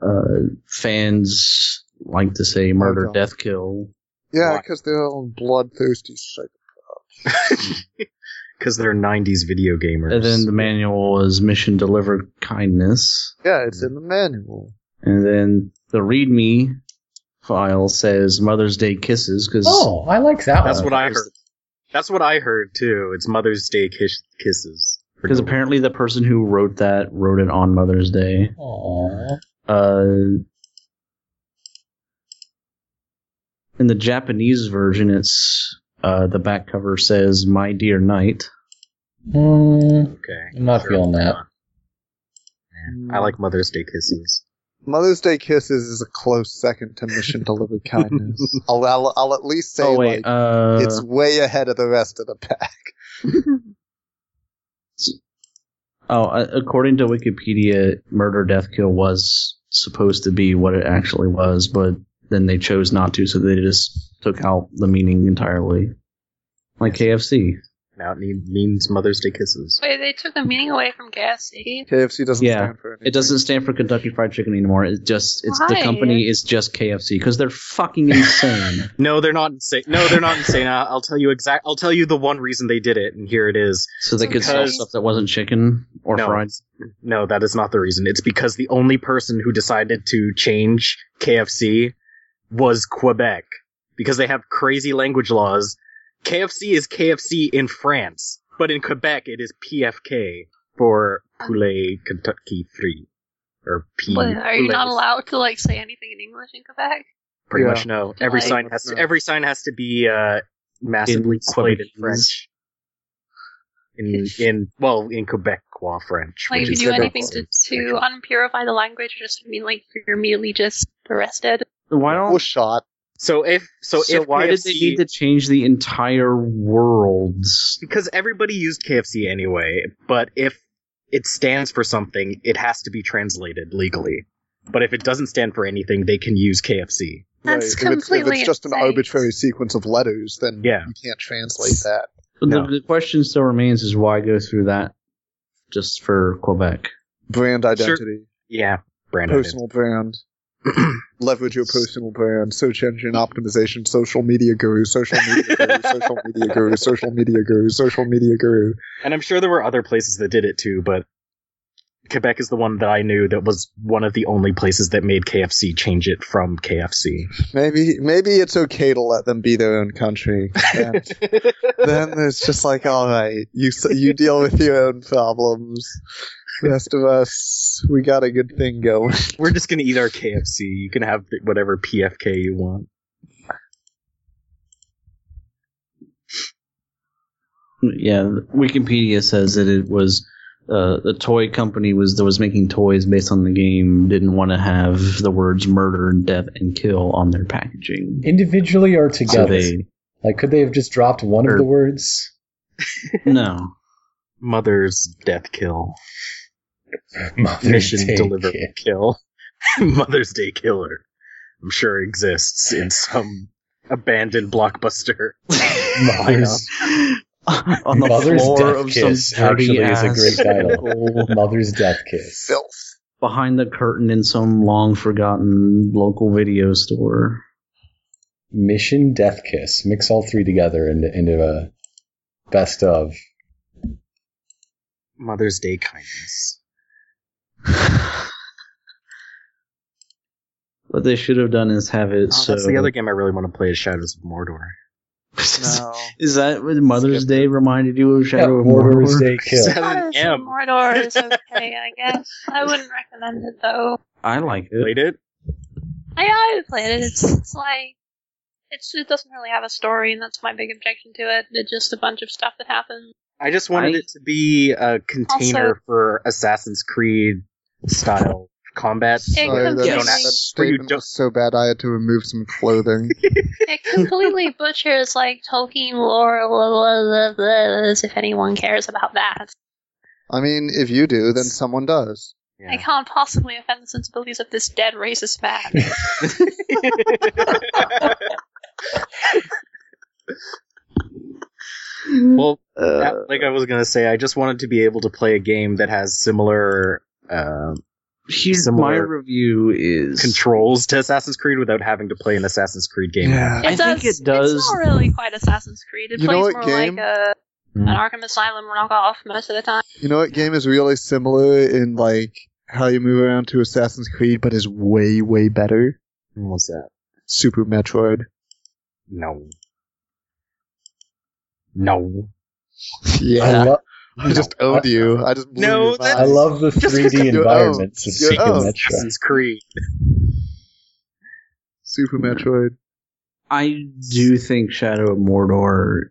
Speaker 5: Uh, fans like to say murder,
Speaker 2: God.
Speaker 5: death, kill.
Speaker 2: Yeah,
Speaker 6: Why?
Speaker 2: because they're all bloodthirsty. Shit.
Speaker 6: Because they're 90s video gamers.
Speaker 5: And then the manual is mission delivered kindness.
Speaker 2: Yeah, it's in the manual.
Speaker 5: And then the README file says Mother's Day kisses because
Speaker 1: Oh, I like that
Speaker 6: That's
Speaker 1: one.
Speaker 6: what I heard. That's what I heard, too. It's Mother's Day kiss- kisses.
Speaker 5: because apparently the person who wrote that wrote it on Mother's Day.
Speaker 1: Aw.
Speaker 5: uh, in the Japanese version, it's uh, the back cover says "My dear knight."
Speaker 1: Mm,
Speaker 6: Okay.
Speaker 1: I'm not feeling that.
Speaker 6: I like Mother's Day kisses.
Speaker 2: Mother's Day kisses is a close second to mission delivered kindness. I'll, I'll I'll at least say
Speaker 5: oh wait,
Speaker 2: like,
Speaker 5: uh,
Speaker 2: it's way ahead of the rest of the pack.
Speaker 5: oh, uh, according to Wikipedia, "Murder, Death, Kill" was supposed to be what it actually was, but then they chose not to, so they just took out the meaning entirely, like KFC.
Speaker 6: Now it need, means mothers day kisses.
Speaker 7: Wait, they took the meaning away from E? gas station.
Speaker 2: KFC doesn't
Speaker 5: Yeah.
Speaker 2: stand for anything.
Speaker 5: It doesn't stand for Kentucky Fried Chicken anymore. It just it's the
Speaker 7: Why?
Speaker 5: company is just KFC because they're fucking insane.
Speaker 6: No, they're not insane. No, they're not insane. I- I'll tell you exact. I'll tell you the one reason they did it, and here it is.
Speaker 5: so they could sell
Speaker 6: Because-
Speaker 5: stuff that wasn't chicken or
Speaker 6: no,
Speaker 5: fried.
Speaker 6: no, that is not the reason. It's because the only person who decided to change KFC was Quebec because they have crazy language laws. KFC is KFC in France, but in Quebec it is PFK for Poulet Kentucky Free or P.
Speaker 7: What, are you not
Speaker 6: Poulet.
Speaker 7: allowed to like say anything in English in Quebec?
Speaker 6: Pretty
Speaker 2: Yeah.
Speaker 6: much no. Every
Speaker 7: Like-
Speaker 6: sign has to. Every sign has to be uh, massively
Speaker 5: In
Speaker 6: displayed in
Speaker 5: Quebecese.
Speaker 6: French. In in well in Quebecois French.
Speaker 7: Like,
Speaker 6: which
Speaker 7: if you
Speaker 6: is
Speaker 7: do
Speaker 6: their
Speaker 7: anything to,
Speaker 6: own
Speaker 7: to unpurify the language, or just mean like you're immediately just arrested.
Speaker 5: Why don't
Speaker 2: was shot.
Speaker 6: So if so, if
Speaker 5: why did
Speaker 6: KFC,
Speaker 5: they need to change the entire world's
Speaker 6: because everybody used KFC anyway, but if it stands for something, it has to be translated legally. But if it doesn't stand for anything, they can use KFC.
Speaker 7: That's
Speaker 2: If it's, if
Speaker 7: completely
Speaker 2: it's just an
Speaker 7: insane.
Speaker 2: arbitrary sequence of letters, then
Speaker 6: Yeah.
Speaker 2: you can't translate that.
Speaker 5: So
Speaker 6: No.
Speaker 5: The, the question still remains is why go through that just for Quebec?
Speaker 2: Brand identity,
Speaker 6: Yeah, Brandon.
Speaker 2: personal brand, leverage your personal brand, search engine optimization, social media guru, social media guru, social media guru, social media guru, social media guru.
Speaker 6: And I'm sure there were other places that did it too, but Quebec is the one that I knew that was one of the only places that made KFC change it from KFC.
Speaker 2: Maybe maybe it's okay to let them be their own country. And then it's just like, all right, you s- you deal with your own problems. The rest of us, we got a good thing going.
Speaker 6: We're just gonna eat our KFC. You can have th- whatever PFK you want.
Speaker 5: Yeah, Wikipedia says that it was uh, the toy company was that was making toys based on the game didn't want to have the words murder, death, and kill on their packaging.
Speaker 1: Individually or
Speaker 5: So
Speaker 1: together?
Speaker 5: they
Speaker 1: like, could they have just dropped one
Speaker 6: Or-
Speaker 1: of the words?
Speaker 5: no.
Speaker 6: Mother's death kill.
Speaker 1: Mother's
Speaker 6: Mission
Speaker 1: Day
Speaker 6: deliver
Speaker 1: kid.
Speaker 6: kill. Mother's Day killer. I'm sure exists in some abandoned blockbuster.
Speaker 1: Mother's,
Speaker 5: on the
Speaker 1: Mother's
Speaker 5: floor
Speaker 1: Death
Speaker 5: of
Speaker 1: Kiss
Speaker 5: some dirty
Speaker 1: actually is a
Speaker 5: ass
Speaker 1: great title.
Speaker 5: local-
Speaker 1: Mother's Death Kiss.
Speaker 2: Filth.
Speaker 5: behind the curtain in some long forgotten local video store.
Speaker 1: Mission Death Kiss. Mix all three together into, into a best of.
Speaker 6: Mother's Day kindness.
Speaker 5: What they should have done is have it
Speaker 6: Oh,
Speaker 5: so.
Speaker 6: That's the other game I really want to play is Shadows of Mordor.
Speaker 5: Is that what Mother's Day reminded you of Shadow of
Speaker 1: Mordor's
Speaker 5: Mordor?
Speaker 1: Day Kill.
Speaker 6: Seven
Speaker 7: Mars and
Speaker 6: M.
Speaker 7: Mordor is okay, I guess. I wouldn't recommend it though.
Speaker 5: I like it.
Speaker 6: Played it?
Speaker 7: I I would play it. It's, it's like it's, it doesn't really have a story, and that's my big objection to it. It's just a bunch of stuff that happens.
Speaker 6: I just wanted
Speaker 5: I-
Speaker 6: it to be a container
Speaker 7: Also-
Speaker 6: for Assassin's Creed style combat.
Speaker 7: It
Speaker 2: Sorry, that,
Speaker 7: completely-
Speaker 2: that statement was so bad I had to remove some clothing.
Speaker 7: It completely butchers like Tolkien lore, blah, blah, blah, blah, as if anyone cares about that.
Speaker 2: I mean, if you do, then someone does.
Speaker 7: I can't possibly offend the sensibilities of this dead racist man.
Speaker 6: well,
Speaker 5: Uh,
Speaker 6: that- like I was gonna say, I just wanted to be able to play a game that has similar uh,
Speaker 5: here's
Speaker 6: similar-
Speaker 5: my review is
Speaker 6: controls to Assassin's Creed without having to play an Assassin's Creed game.
Speaker 5: I think it does-
Speaker 7: It's not really quite Assassin's Creed. It
Speaker 2: You know
Speaker 7: plays
Speaker 2: what
Speaker 7: more
Speaker 2: game-
Speaker 7: like a,
Speaker 5: Hmm.
Speaker 7: an Arkham Asylum knockoff most of the time.
Speaker 2: You know what game is really similar in like how you move around to Assassin's Creed, but is way way better?
Speaker 6: What's that?
Speaker 2: Super Metroid.
Speaker 6: No. No.
Speaker 1: I,
Speaker 2: Yeah,
Speaker 1: lo-
Speaker 2: I just owned you. I just blew
Speaker 6: No,
Speaker 2: your
Speaker 6: that's-
Speaker 1: I
Speaker 2: mind.
Speaker 1: love the
Speaker 2: Just
Speaker 1: 3D
Speaker 2: your
Speaker 1: environments
Speaker 2: own.
Speaker 1: of
Speaker 2: Your
Speaker 1: Super
Speaker 2: own.
Speaker 1: Metro.
Speaker 6: Assassin's Creed.
Speaker 2: Super Metroid.
Speaker 5: I do think Shadow of Mordor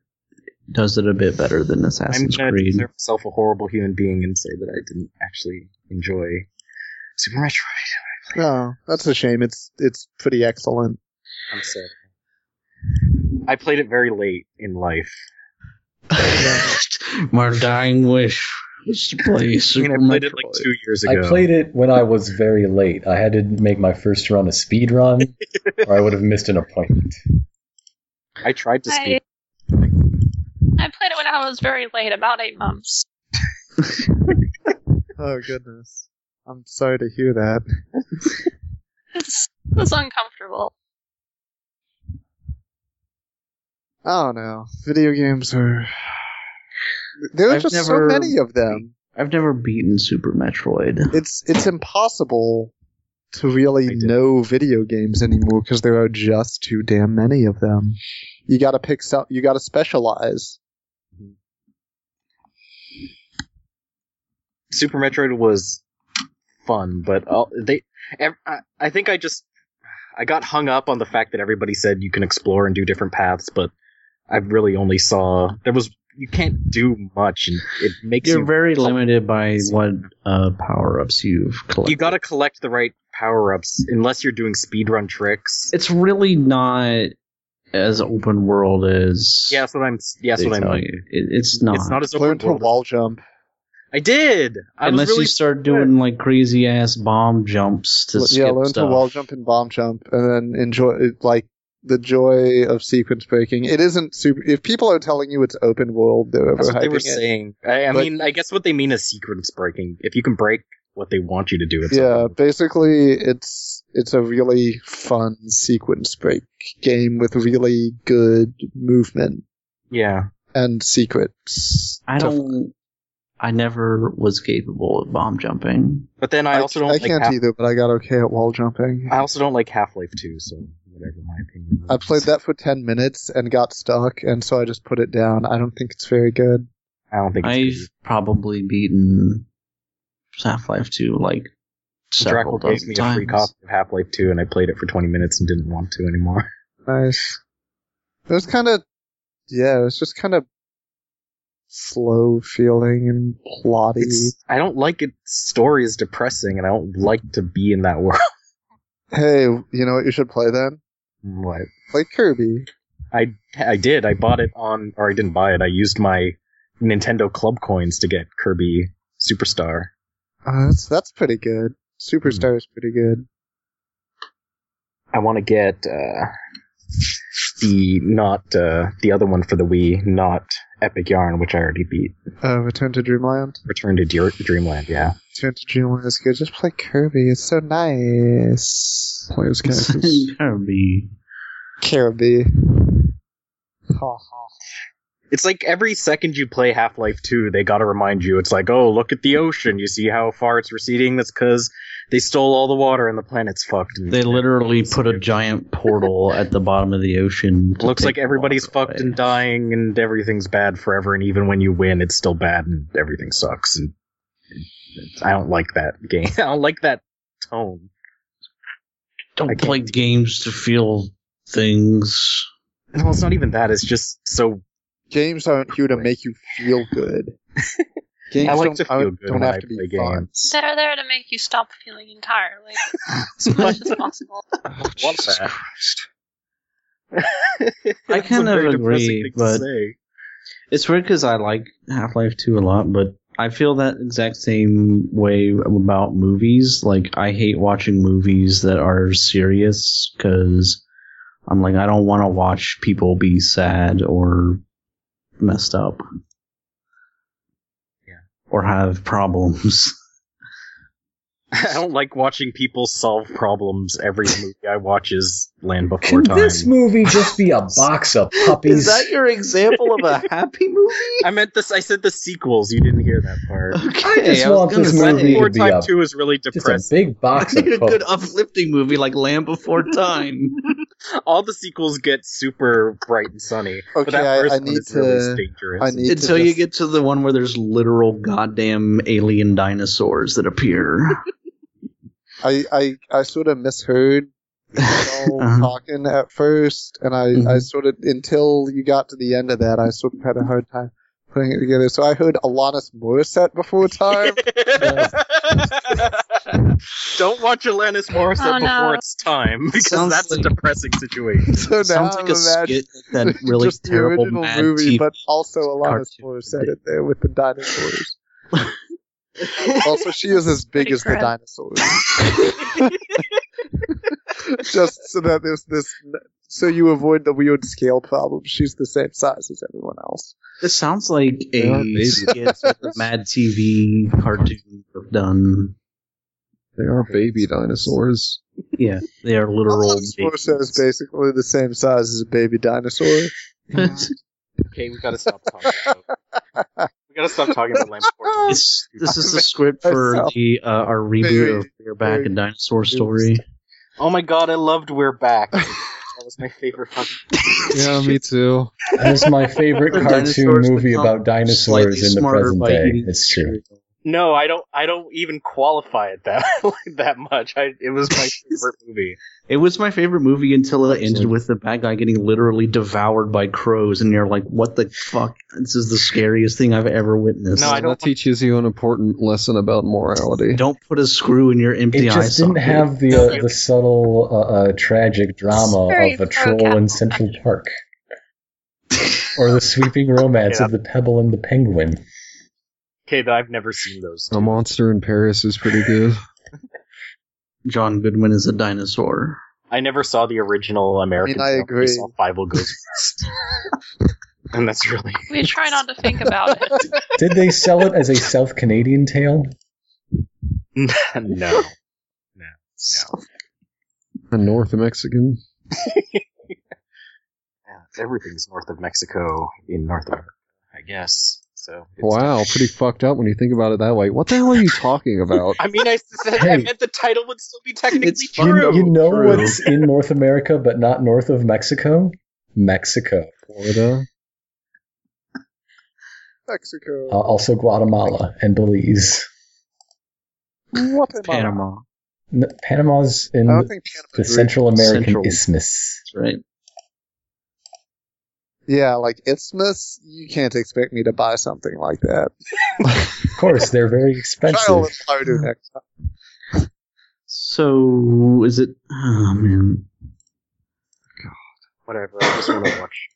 Speaker 5: does it a bit better than
Speaker 6: I'm
Speaker 5: Assassin's
Speaker 6: gonna
Speaker 5: Creed.
Speaker 6: consider myself a horrible human being and say that I didn't actually enjoy Super Metroid.
Speaker 2: No, that's a shame. It's it's pretty excellent.
Speaker 6: I'm sad. I played it very late in life.
Speaker 5: my dying wish is to play
Speaker 6: I mean,
Speaker 5: Super
Speaker 6: I played it
Speaker 5: Metroid.
Speaker 6: like two years
Speaker 1: I
Speaker 6: ago.
Speaker 1: played it when I was very late. I had to make my first run a speed run, or I would have missed an appointment.
Speaker 6: I tried to speak.
Speaker 7: I, I I played it when I was very late, about eight months.
Speaker 2: Oh goodness. I'm sorry to hear that.
Speaker 7: It's, it's uncomfortable.
Speaker 2: Oh no. Video games are there are
Speaker 5: I've
Speaker 2: just
Speaker 5: never-
Speaker 2: so many of them.
Speaker 5: I've never beaten Super Metroid.
Speaker 2: It's it's impossible to really
Speaker 5: I did.
Speaker 2: know video games anymore because there are just too damn many of them. You gotta pick some. You gotta specialize.
Speaker 6: Super Metroid was fun, but all, they, ev- I, I think I just, I got hung up on the fact that everybody said you can explore and do different paths, but I really only saw there was you can't do much, and it makes
Speaker 5: You're
Speaker 6: you
Speaker 5: very limited by what uh, power ups you've collected.
Speaker 6: you got to collect the right power ups unless you're doing speedrun tricks.
Speaker 5: it's really not as open world as
Speaker 6: yeah, that's what I'm. Yeah, that's
Speaker 5: they
Speaker 6: what I'm.
Speaker 5: tell
Speaker 6: Like.
Speaker 5: you. It, it's not.
Speaker 6: It's not as open
Speaker 2: Learn to
Speaker 6: world as-
Speaker 2: wall jump.
Speaker 6: I did. I
Speaker 5: Unless
Speaker 6: was really
Speaker 5: you start doing like crazy ass bomb jumps to
Speaker 2: L-
Speaker 5: skip
Speaker 2: yeah, learn
Speaker 5: stuff.
Speaker 2: to wall jump and bomb jump, and then enjoy it, like the joy of sequence breaking. It isn't super. If people are telling you it's open world, they're
Speaker 6: That's what they
Speaker 2: overhyping
Speaker 6: were
Speaker 2: it.
Speaker 6: saying. I, I
Speaker 2: But-
Speaker 6: mean, I guess what they mean is sequence breaking. If you can break what they want you to do, it's
Speaker 2: Yeah,
Speaker 6: open.
Speaker 2: basically, it's it's a really fun sequence break game with really good movement
Speaker 6: yeah.
Speaker 2: and secrets.
Speaker 5: I
Speaker 2: to-
Speaker 5: don't. I never was capable of bomb jumping.
Speaker 6: But then I also don't
Speaker 2: I
Speaker 6: like.
Speaker 2: can't
Speaker 6: Half-
Speaker 2: either, but I got okay at wall jumping.
Speaker 6: I also don't like Half Life 2, so whatever my opinion.
Speaker 2: I
Speaker 6: is.
Speaker 2: played that for ten minutes and got stuck, and so I just put it down. I don't think it's very good.
Speaker 6: I don't think
Speaker 5: I've
Speaker 6: it's
Speaker 5: probably beaten Half Life Two like
Speaker 6: good.
Speaker 5: several
Speaker 6: Draco gave
Speaker 5: dozen
Speaker 6: me a
Speaker 5: times.
Speaker 6: free copy of Half Life 2, and I played it for 20 minutes and didn't want to anymore.
Speaker 2: Nice. It was kind of, yeah, it was just kind of slow feeling and plotty.
Speaker 6: It's, I don't like it. Story is depressing, and I don't like to be in that world.
Speaker 2: Hey, you know what you should play then?
Speaker 6: what?
Speaker 2: Play Kirby.
Speaker 6: I I did. I bought it on, or I didn't buy it. I used my Nintendo Club coins to get Kirby Superstar.
Speaker 2: Uh, that's that's pretty good. Superstar is pretty good.
Speaker 6: I want to get uh, the not uh, the other one for the Wii, not Epic Yarn, which I already beat.
Speaker 2: Uh, Return to Dreamland.
Speaker 6: Return to Dear- Dreamland, yeah.
Speaker 2: Return to Dreamland is good. Just play Kirby. It's so nice.
Speaker 4: Players Cactus.
Speaker 5: Kirby.
Speaker 2: Kirby. Ha ha.
Speaker 6: It's like every second you play Half Life 2, they gotta remind you. It's like, oh, look at the ocean. You see how far it's receding? That's because they stole all the water and the planet's fucked. And
Speaker 5: They literally put a giant portal at the bottom of the ocean. to
Speaker 6: Looks
Speaker 5: take
Speaker 6: like everybody's
Speaker 5: water
Speaker 6: fucked
Speaker 5: away.
Speaker 6: and dying and everything's bad forever. And even when you win, it's still bad and everything sucks. And it's- I don't like that game. I don't like that tone. I
Speaker 5: Don't
Speaker 6: can't-
Speaker 5: play games to feel things.
Speaker 6: No, it's not even that. It's just so
Speaker 2: Games aren't here to make you feel good. Games
Speaker 6: I like
Speaker 2: don't,
Speaker 6: to feel
Speaker 2: aren't-
Speaker 6: good
Speaker 2: don't
Speaker 6: when
Speaker 2: have
Speaker 6: I
Speaker 2: to be
Speaker 6: play
Speaker 2: fun.
Speaker 6: games.
Speaker 7: They're there to make you stop feeling entirely as much as possible.
Speaker 6: I don't want
Speaker 5: Jesus
Speaker 6: that.
Speaker 5: Christ.
Speaker 6: That's a
Speaker 5: kind of
Speaker 6: very depressing
Speaker 5: agree,
Speaker 6: thing to
Speaker 5: but-
Speaker 6: say.
Speaker 5: It's weird because I like Half Life 2 a lot, but I feel that exact same way about movies. Like, I hate watching movies that are serious because I'm like, I don't want to watch people be sad or messed up.
Speaker 6: Yeah.
Speaker 5: Or have problems.
Speaker 6: I don't like watching people solve problems. Every movie I watch is Land Before
Speaker 1: Can
Speaker 6: Time.
Speaker 1: this movie just be a box of puppies?
Speaker 5: your example of a happy movie?
Speaker 6: I meant this. I said the sequels. You didn't hear that part.
Speaker 5: Okay,
Speaker 1: just
Speaker 5: I was
Speaker 1: want
Speaker 5: gonna
Speaker 1: this
Speaker 5: say-
Speaker 6: Land
Speaker 1: movie
Speaker 6: Before
Speaker 1: to be
Speaker 6: Time
Speaker 1: a-
Speaker 6: Two is really
Speaker 1: just a
Speaker 6: depressing.
Speaker 1: big box
Speaker 5: I
Speaker 1: of
Speaker 5: need a
Speaker 1: puppies.
Speaker 5: good uplifting movie like Land Before Time.
Speaker 6: All the sequels get super bright and sunny.
Speaker 2: Okay,
Speaker 6: but that
Speaker 2: I-
Speaker 6: first
Speaker 2: I
Speaker 6: one
Speaker 2: need
Speaker 6: is really
Speaker 2: to-
Speaker 6: dangerous.
Speaker 2: I need
Speaker 5: Until
Speaker 2: to
Speaker 5: you
Speaker 2: just-
Speaker 5: get to the one where there's literal goddamn alien dinosaurs that appear.
Speaker 2: I, I, I sort of misheard all
Speaker 5: Uh-huh.
Speaker 2: talking at first, and I,
Speaker 6: Mm-hmm.
Speaker 2: I sort of until you got to the end of that, I sort of had a hard time putting it together. So I heard Alanis Morissette before time.
Speaker 6: Don't watch Alanis Morissette
Speaker 7: Oh, no.
Speaker 6: before it's time because
Speaker 5: Sounds
Speaker 6: that's a
Speaker 5: like-
Speaker 6: depressing situation.
Speaker 2: so now
Speaker 5: Sounds
Speaker 2: I'm
Speaker 5: like a skit
Speaker 2: imagining
Speaker 5: that really
Speaker 2: just the
Speaker 5: terrible
Speaker 2: original
Speaker 5: Mad
Speaker 2: movie,
Speaker 5: TV
Speaker 2: but also Alanis
Speaker 5: cartoon.
Speaker 2: Morissette in there with the dinosaurs. also, she is as big
Speaker 7: Pretty
Speaker 2: as the
Speaker 7: crap.
Speaker 2: dinosaurs. just so that there's this n- so you avoid the weird scale problem. She's the same size as everyone else.
Speaker 5: This sounds like
Speaker 4: They are
Speaker 5: a
Speaker 4: babies.
Speaker 5: skit that the Mad TV cartoon would have done.
Speaker 4: They are baby dinosaurs.
Speaker 5: Yeah, they are literal. babies.
Speaker 2: Corsair is basically the same size as a baby dinosaur.
Speaker 6: Okay, we gotta stop talking. About, we gotta stop talking about Lamb Fortune.
Speaker 5: It's- this is the script for
Speaker 2: Myself.
Speaker 5: the uh, our reboot
Speaker 2: Very-
Speaker 5: of We're Back
Speaker 2: very-
Speaker 5: a Dinosaur Story.
Speaker 6: Oh my god, I loved We're Back. That was my favorite fucking.
Speaker 4: Yeah, me too.
Speaker 1: That is my favorite
Speaker 5: The
Speaker 1: cartoon
Speaker 5: dinosaurs
Speaker 1: movie
Speaker 5: become
Speaker 1: about
Speaker 5: Slightly
Speaker 1: dinosaurs in the
Speaker 5: smarter
Speaker 1: present
Speaker 5: by
Speaker 1: day.
Speaker 5: eating
Speaker 1: It's true.
Speaker 5: cereal.
Speaker 6: No, I don't. I don't even qualify it that that much. I, it was my favorite movie.
Speaker 5: It was my favorite movie until it ended with the bad guy getting literally devoured by crows, and you're like, "What the fuck? This is the scariest thing I've ever witnessed."
Speaker 6: No, I don't
Speaker 4: that teaches you an important lesson about morality.
Speaker 5: Don't put a screw in your empty
Speaker 1: It
Speaker 5: eye
Speaker 1: just didn't
Speaker 5: socket.
Speaker 1: have the uh, the subtle uh, uh, tragic drama
Speaker 7: Very
Speaker 1: of a troll
Speaker 7: pro-capital.
Speaker 1: in Central Park, or the sweeping romance of the pebble and the penguin.
Speaker 6: Okay, though I've never seen those.
Speaker 4: A monster in Paris is pretty good.
Speaker 5: John Goodman is a dinosaur.
Speaker 6: I never saw the original American.
Speaker 2: I mean, I
Speaker 6: film.
Speaker 2: agree.
Speaker 6: saw Five Will Go West, and that's really
Speaker 7: We try not to think about it.
Speaker 1: Did they sell it as a South Canadian tale?
Speaker 6: no.
Speaker 4: A North Mexican.
Speaker 6: Yeah, everything's north of Mexico in North America, I guess. So it's-
Speaker 4: Wow, pretty fucked up when you think about it that way. What the hell are you talking about?
Speaker 6: I mean, I said I
Speaker 1: Hey.
Speaker 6: meant the title would still be technically
Speaker 5: It's
Speaker 1: Do you,
Speaker 6: true.
Speaker 1: you know
Speaker 5: true.
Speaker 1: what's in North America but not north of Mexico? Mexico.
Speaker 4: Florida.
Speaker 2: Mexico.
Speaker 1: Uh, also Guatemala and Belize.
Speaker 2: what am I-
Speaker 5: Panama,
Speaker 1: N- Panama's in
Speaker 2: I don't think
Speaker 1: the
Speaker 2: Panama's real.
Speaker 1: Central American
Speaker 5: Central.
Speaker 1: Isthmus.
Speaker 5: that's right?
Speaker 2: Yeah, like Isthmus, you can't expect me to buy something like that.
Speaker 1: Of course, they're very expensive.
Speaker 2: Try a little harder next time.
Speaker 5: So is it? Oh man,
Speaker 6: Whatever. I just want to watch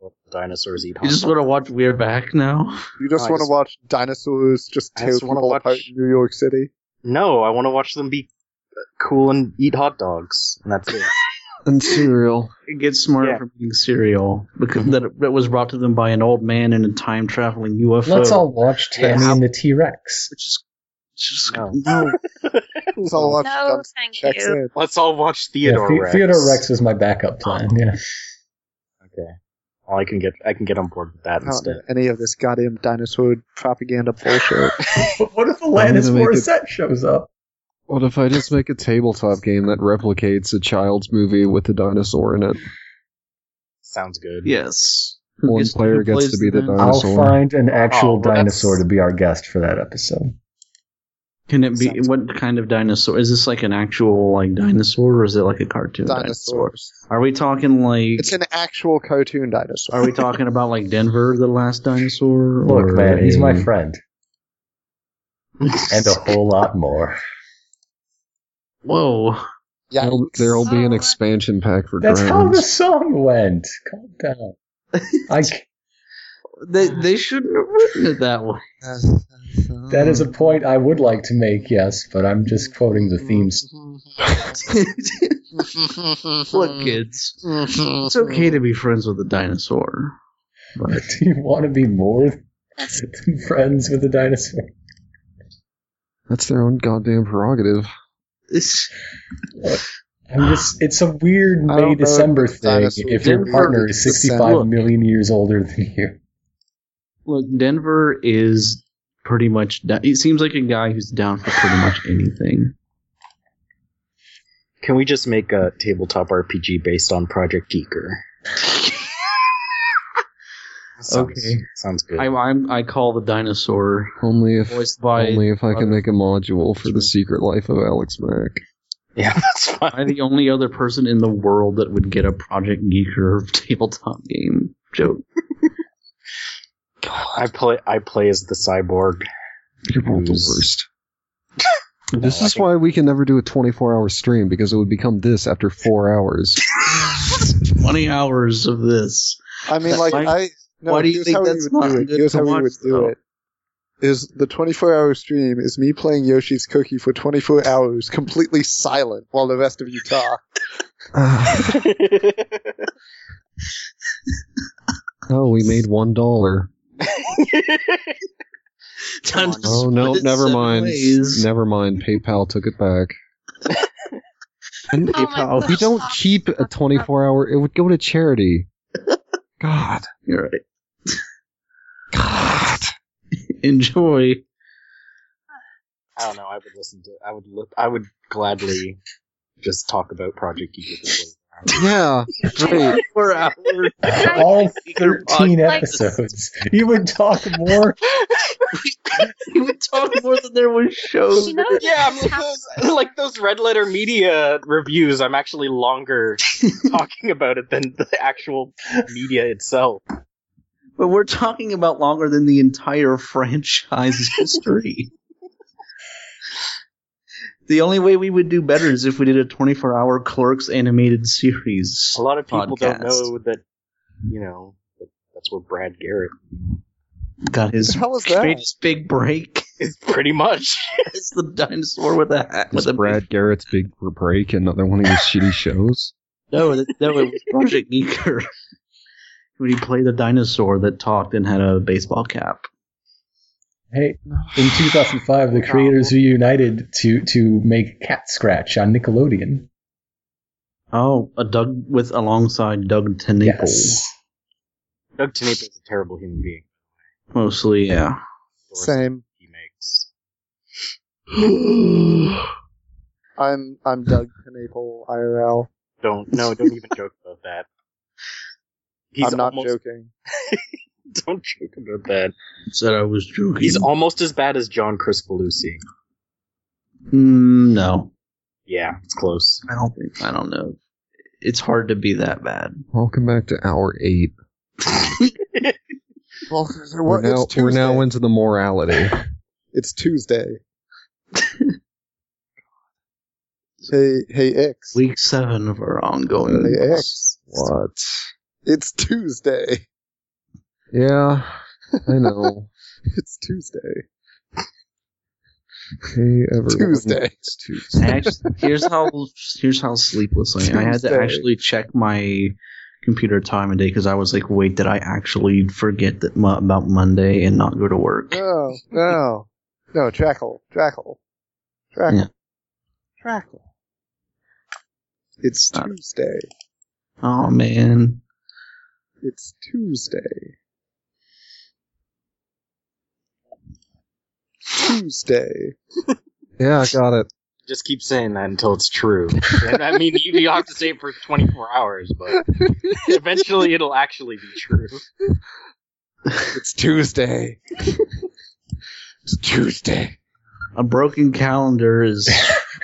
Speaker 6: the dinosaurs eat.
Speaker 5: you just want to watch We're Back now?
Speaker 2: You just
Speaker 6: I
Speaker 2: want to
Speaker 6: just-
Speaker 2: watch dinosaurs just
Speaker 6: I
Speaker 2: tear
Speaker 6: just wanna
Speaker 2: people apart
Speaker 6: watch-
Speaker 2: in New York City.
Speaker 6: No, I want to watch them be cool and eat hot dogs, and that's it.
Speaker 4: And cereal.
Speaker 5: It gets smarter
Speaker 6: Yeah.
Speaker 5: from eating cereal because that that was brought to them by an old man in a time traveling UFO.
Speaker 1: Let's all watch Tammy
Speaker 5: Yeah.
Speaker 1: and the T Rex.
Speaker 5: Which is just
Speaker 6: No.
Speaker 5: no.
Speaker 2: Who's all watching
Speaker 7: No,
Speaker 2: dumb
Speaker 7: thank
Speaker 2: checks
Speaker 7: you.
Speaker 2: in.
Speaker 6: Let's all watch
Speaker 1: Yeah,
Speaker 6: Theodore
Speaker 1: The-
Speaker 6: Rex.
Speaker 1: Theodore Rex Oh, was my backup plan. Yeah,
Speaker 6: Okay. Well, I can get I can get on board with that
Speaker 2: I don't
Speaker 6: instead.
Speaker 2: know any of this goddamn dinosaur propaganda bullshit.
Speaker 1: but what if
Speaker 4: Alanis I'm gonna make it-
Speaker 1: shows up?
Speaker 4: What if I just make a tabletop game that replicates a child's movie with a dinosaur in it?
Speaker 6: Sounds good.
Speaker 5: Yes. Who
Speaker 4: One
Speaker 5: gets-
Speaker 4: player
Speaker 5: who
Speaker 4: gets
Speaker 5: plays
Speaker 4: to be the
Speaker 5: man?
Speaker 1: I'll
Speaker 4: dinosaur.
Speaker 1: find an actual
Speaker 6: Oh, well,
Speaker 1: dinosaur
Speaker 6: that's-
Speaker 1: to be our guest for that episode.
Speaker 5: Can it be
Speaker 6: Sounds-
Speaker 5: what kind of dinosaur? Is this like an actual like dinosaur, or is it like a cartoon dinosaur?
Speaker 2: Dinosaurs.
Speaker 5: Are we talking like?
Speaker 2: It's an actual cartoon dinosaur.
Speaker 5: are we talking about like Denver, the last dinosaur?
Speaker 1: Look,
Speaker 5: or
Speaker 1: man, he's my
Speaker 5: a-
Speaker 1: friend, and a whole lot more.
Speaker 5: Whoa.
Speaker 2: Yeah.
Speaker 4: There'll, there'll be an expansion pack for
Speaker 1: That's how the
Speaker 4: Gremlins.
Speaker 1: song went. Calm down. I c
Speaker 5: They they shouldn't have written it that way.
Speaker 1: that is a point I would like to make, yes, but I'm just quoting the themes.
Speaker 5: Look, kids, Mm. it's okay to be friends with a dinosaur.
Speaker 1: Do you want to be more than friends with the dinosaur?
Speaker 4: That's their own goddamn prerogative.
Speaker 5: It's,
Speaker 1: I'm just, it's a weird
Speaker 2: I don't know
Speaker 1: May
Speaker 2: if
Speaker 1: December
Speaker 2: it's
Speaker 1: thing
Speaker 2: dinosaurs.
Speaker 1: if your
Speaker 5: Denver
Speaker 1: partner
Speaker 2: is
Speaker 1: is
Speaker 2: the
Speaker 1: 65
Speaker 5: same.
Speaker 1: million years older than you.
Speaker 5: look, Denver is pretty much. Da- it seems like a guy who's down for pretty much anything.
Speaker 6: Can we just make a tabletop RPG based on Project Geeker? sounds,
Speaker 5: Okay.
Speaker 6: Sounds good.
Speaker 5: I I'm, I call the dinosaur
Speaker 4: Only if
Speaker 5: voiced by.
Speaker 4: only if I
Speaker 5: other-
Speaker 4: can make a module for the secret life of Alex Mack.
Speaker 6: yeah, that's fine.
Speaker 5: I'm the only other person in the world that would get a Project Geeker tabletop game joke.
Speaker 6: I play I play as the cyborg.
Speaker 4: You're both the
Speaker 6: Who's-
Speaker 4: worst. This
Speaker 6: No, I
Speaker 4: is
Speaker 6: think-
Speaker 4: why we can never do a 24 hour stream because it would become this after four hours.
Speaker 5: 20 hours of this.
Speaker 2: I mean, like,
Speaker 5: Why-
Speaker 2: I. No,
Speaker 5: why do you
Speaker 2: here's
Speaker 5: think
Speaker 2: how we
Speaker 5: that's
Speaker 2: would
Speaker 5: not
Speaker 2: do it.
Speaker 5: good
Speaker 2: Here's
Speaker 5: to
Speaker 2: how we
Speaker 5: watch,
Speaker 2: would do
Speaker 5: though?
Speaker 2: it. Is the 24 hour stream is me playing Yoshi's Cookie for 24 hours, completely silent, while the rest of you talk.
Speaker 4: Ah, oh, we made one dollar.
Speaker 5: Times
Speaker 4: Oh no,
Speaker 5: split it
Speaker 4: never
Speaker 5: seven
Speaker 4: mind.
Speaker 5: ways.
Speaker 4: Never mind. PayPal took it back. and
Speaker 7: Oh my
Speaker 5: PayPal.
Speaker 7: gosh.
Speaker 4: we don't keep a 24 hour. It would go to charity. God,
Speaker 5: You're right.
Speaker 4: God.
Speaker 5: Enjoy.
Speaker 6: I don't know. I would listen to. I would. Li- I would gladly just talk about Project Eagle.
Speaker 4: Yeah, right.
Speaker 5: Four hours.
Speaker 1: All 13
Speaker 7: Like-
Speaker 1: episodes. You would talk more.
Speaker 5: You would talk more than there was shows.
Speaker 7: You know,
Speaker 6: Yeah, I'm like
Speaker 7: how-
Speaker 6: those, like those red letter media reviews. I'm actually longer talking about it than the actual media itself.
Speaker 5: But we're talking about longer than the entire franchise's history. the only way we would do better is if we did a 24 hour Clerks animated series.
Speaker 6: A lot of people
Speaker 5: Podcast.
Speaker 6: don't know that. You know, that- that's where Brad Garrett
Speaker 5: Got his
Speaker 2: How was that?
Speaker 5: his big break.
Speaker 6: is pretty much.
Speaker 5: It's the dinosaur with a hat.
Speaker 4: Was
Speaker 5: With a
Speaker 4: Brad Garrett's big break another one of his shitty shows?
Speaker 5: No, that, no, it was Project Geeker. when he played the dinosaur that talked and had a baseball cap.
Speaker 1: Hey, in 2005, the creators reunited to, to make Cat Scratch on Nickelodeon.
Speaker 5: Oh, a Doug with alongside Doug Tenable.
Speaker 1: Yes.
Speaker 6: Doug Tenable is a terrible human being.
Speaker 5: Mostly, yeah.
Speaker 6: The worst
Speaker 2: Same.
Speaker 6: He makes.
Speaker 2: I'm I'm Doug Knaple IRL.
Speaker 6: Don't no. Don't even joke about that. He's
Speaker 2: I'm not
Speaker 6: almost,
Speaker 2: joking.
Speaker 6: Don't joke about that.
Speaker 5: Said I was joking.
Speaker 6: He's
Speaker 2: Mm.
Speaker 6: almost as bad as John Crispolusi.
Speaker 5: Mm, no,
Speaker 6: Yeah, it's close.
Speaker 5: I don't think. I don't know. It's hard to be that bad.
Speaker 4: Welcome back to hour eight.
Speaker 2: Well,
Speaker 4: We're
Speaker 2: it's
Speaker 4: now,
Speaker 2: Tuesday.
Speaker 4: we're now into the morality.
Speaker 2: It's Tuesday. hey, hey, X.
Speaker 5: Week seven of our ongoing.
Speaker 2: Hey, X.
Speaker 4: What?
Speaker 2: It's Tuesday.
Speaker 4: Yeah, I know.
Speaker 2: It's Tuesday.
Speaker 4: Hey, everyone.
Speaker 2: Tuesday.
Speaker 4: It's Tuesday.
Speaker 5: Actually, here's how here's how sleepless I am. I had to
Speaker 2: Tuesday.
Speaker 5: actually check my computer time of day because I was like, wait, did I actually forget that mo- about Monday and not go to work?
Speaker 2: No, no, no. Trackle, trackle, trackle, trackle. It's
Speaker 5: It's not-
Speaker 2: Tuesday.
Speaker 5: Oh man,
Speaker 2: It's Tuesday. Tuesday.
Speaker 4: Yeah, I got it.
Speaker 6: Just keep saying that until it's true. And I mean, you, you have to say it for 24 hours, but eventually it'll actually be true.
Speaker 2: It's Tuesday. it's Tuesday.
Speaker 5: a broken calendar is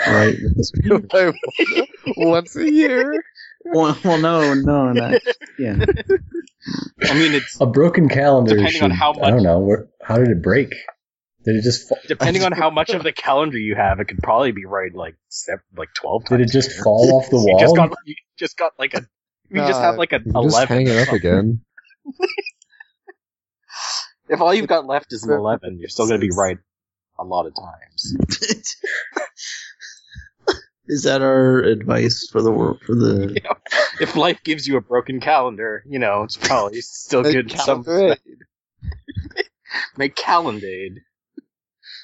Speaker 5: right.
Speaker 2: Once a year.
Speaker 5: well, well, no, no, no. Yeah,
Speaker 6: I mean, it's
Speaker 1: A broken calendar.
Speaker 6: Depending
Speaker 1: should,
Speaker 6: on how
Speaker 1: I
Speaker 6: much-
Speaker 1: don't know. Where, how did it break? Did it just fall,
Speaker 6: depending on how much of the calendar you have, it could probably be right like sev- like 12 times.
Speaker 1: did it just
Speaker 6: a year.
Speaker 1: fall off the
Speaker 6: You
Speaker 1: wall?
Speaker 6: just got you just got like a you just have
Speaker 2: God.
Speaker 6: like a
Speaker 4: You just
Speaker 6: 11.
Speaker 4: hang it up again.
Speaker 6: If all you've got left is an 11, you're still going to be
Speaker 2: Six.
Speaker 6: right a lot of times.
Speaker 5: is that our advice for the world for the?
Speaker 6: If life gives you a broken calendar, you know, it's probably still
Speaker 2: Make
Speaker 6: good. in Some
Speaker 2: calendar aid.
Speaker 6: make calendade.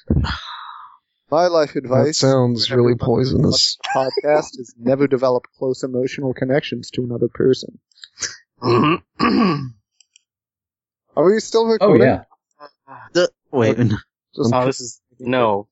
Speaker 2: My life
Speaker 4: That
Speaker 2: advice
Speaker 4: sounds
Speaker 2: Everyone
Speaker 4: really
Speaker 2: who
Speaker 4: poisonous.
Speaker 2: watches the podcast is never develop close emotional connections to another person.
Speaker 6: oh,
Speaker 2: Are we still
Speaker 1: oh
Speaker 2: recording?
Speaker 1: yeah.
Speaker 5: the wait, no.
Speaker 6: this is no.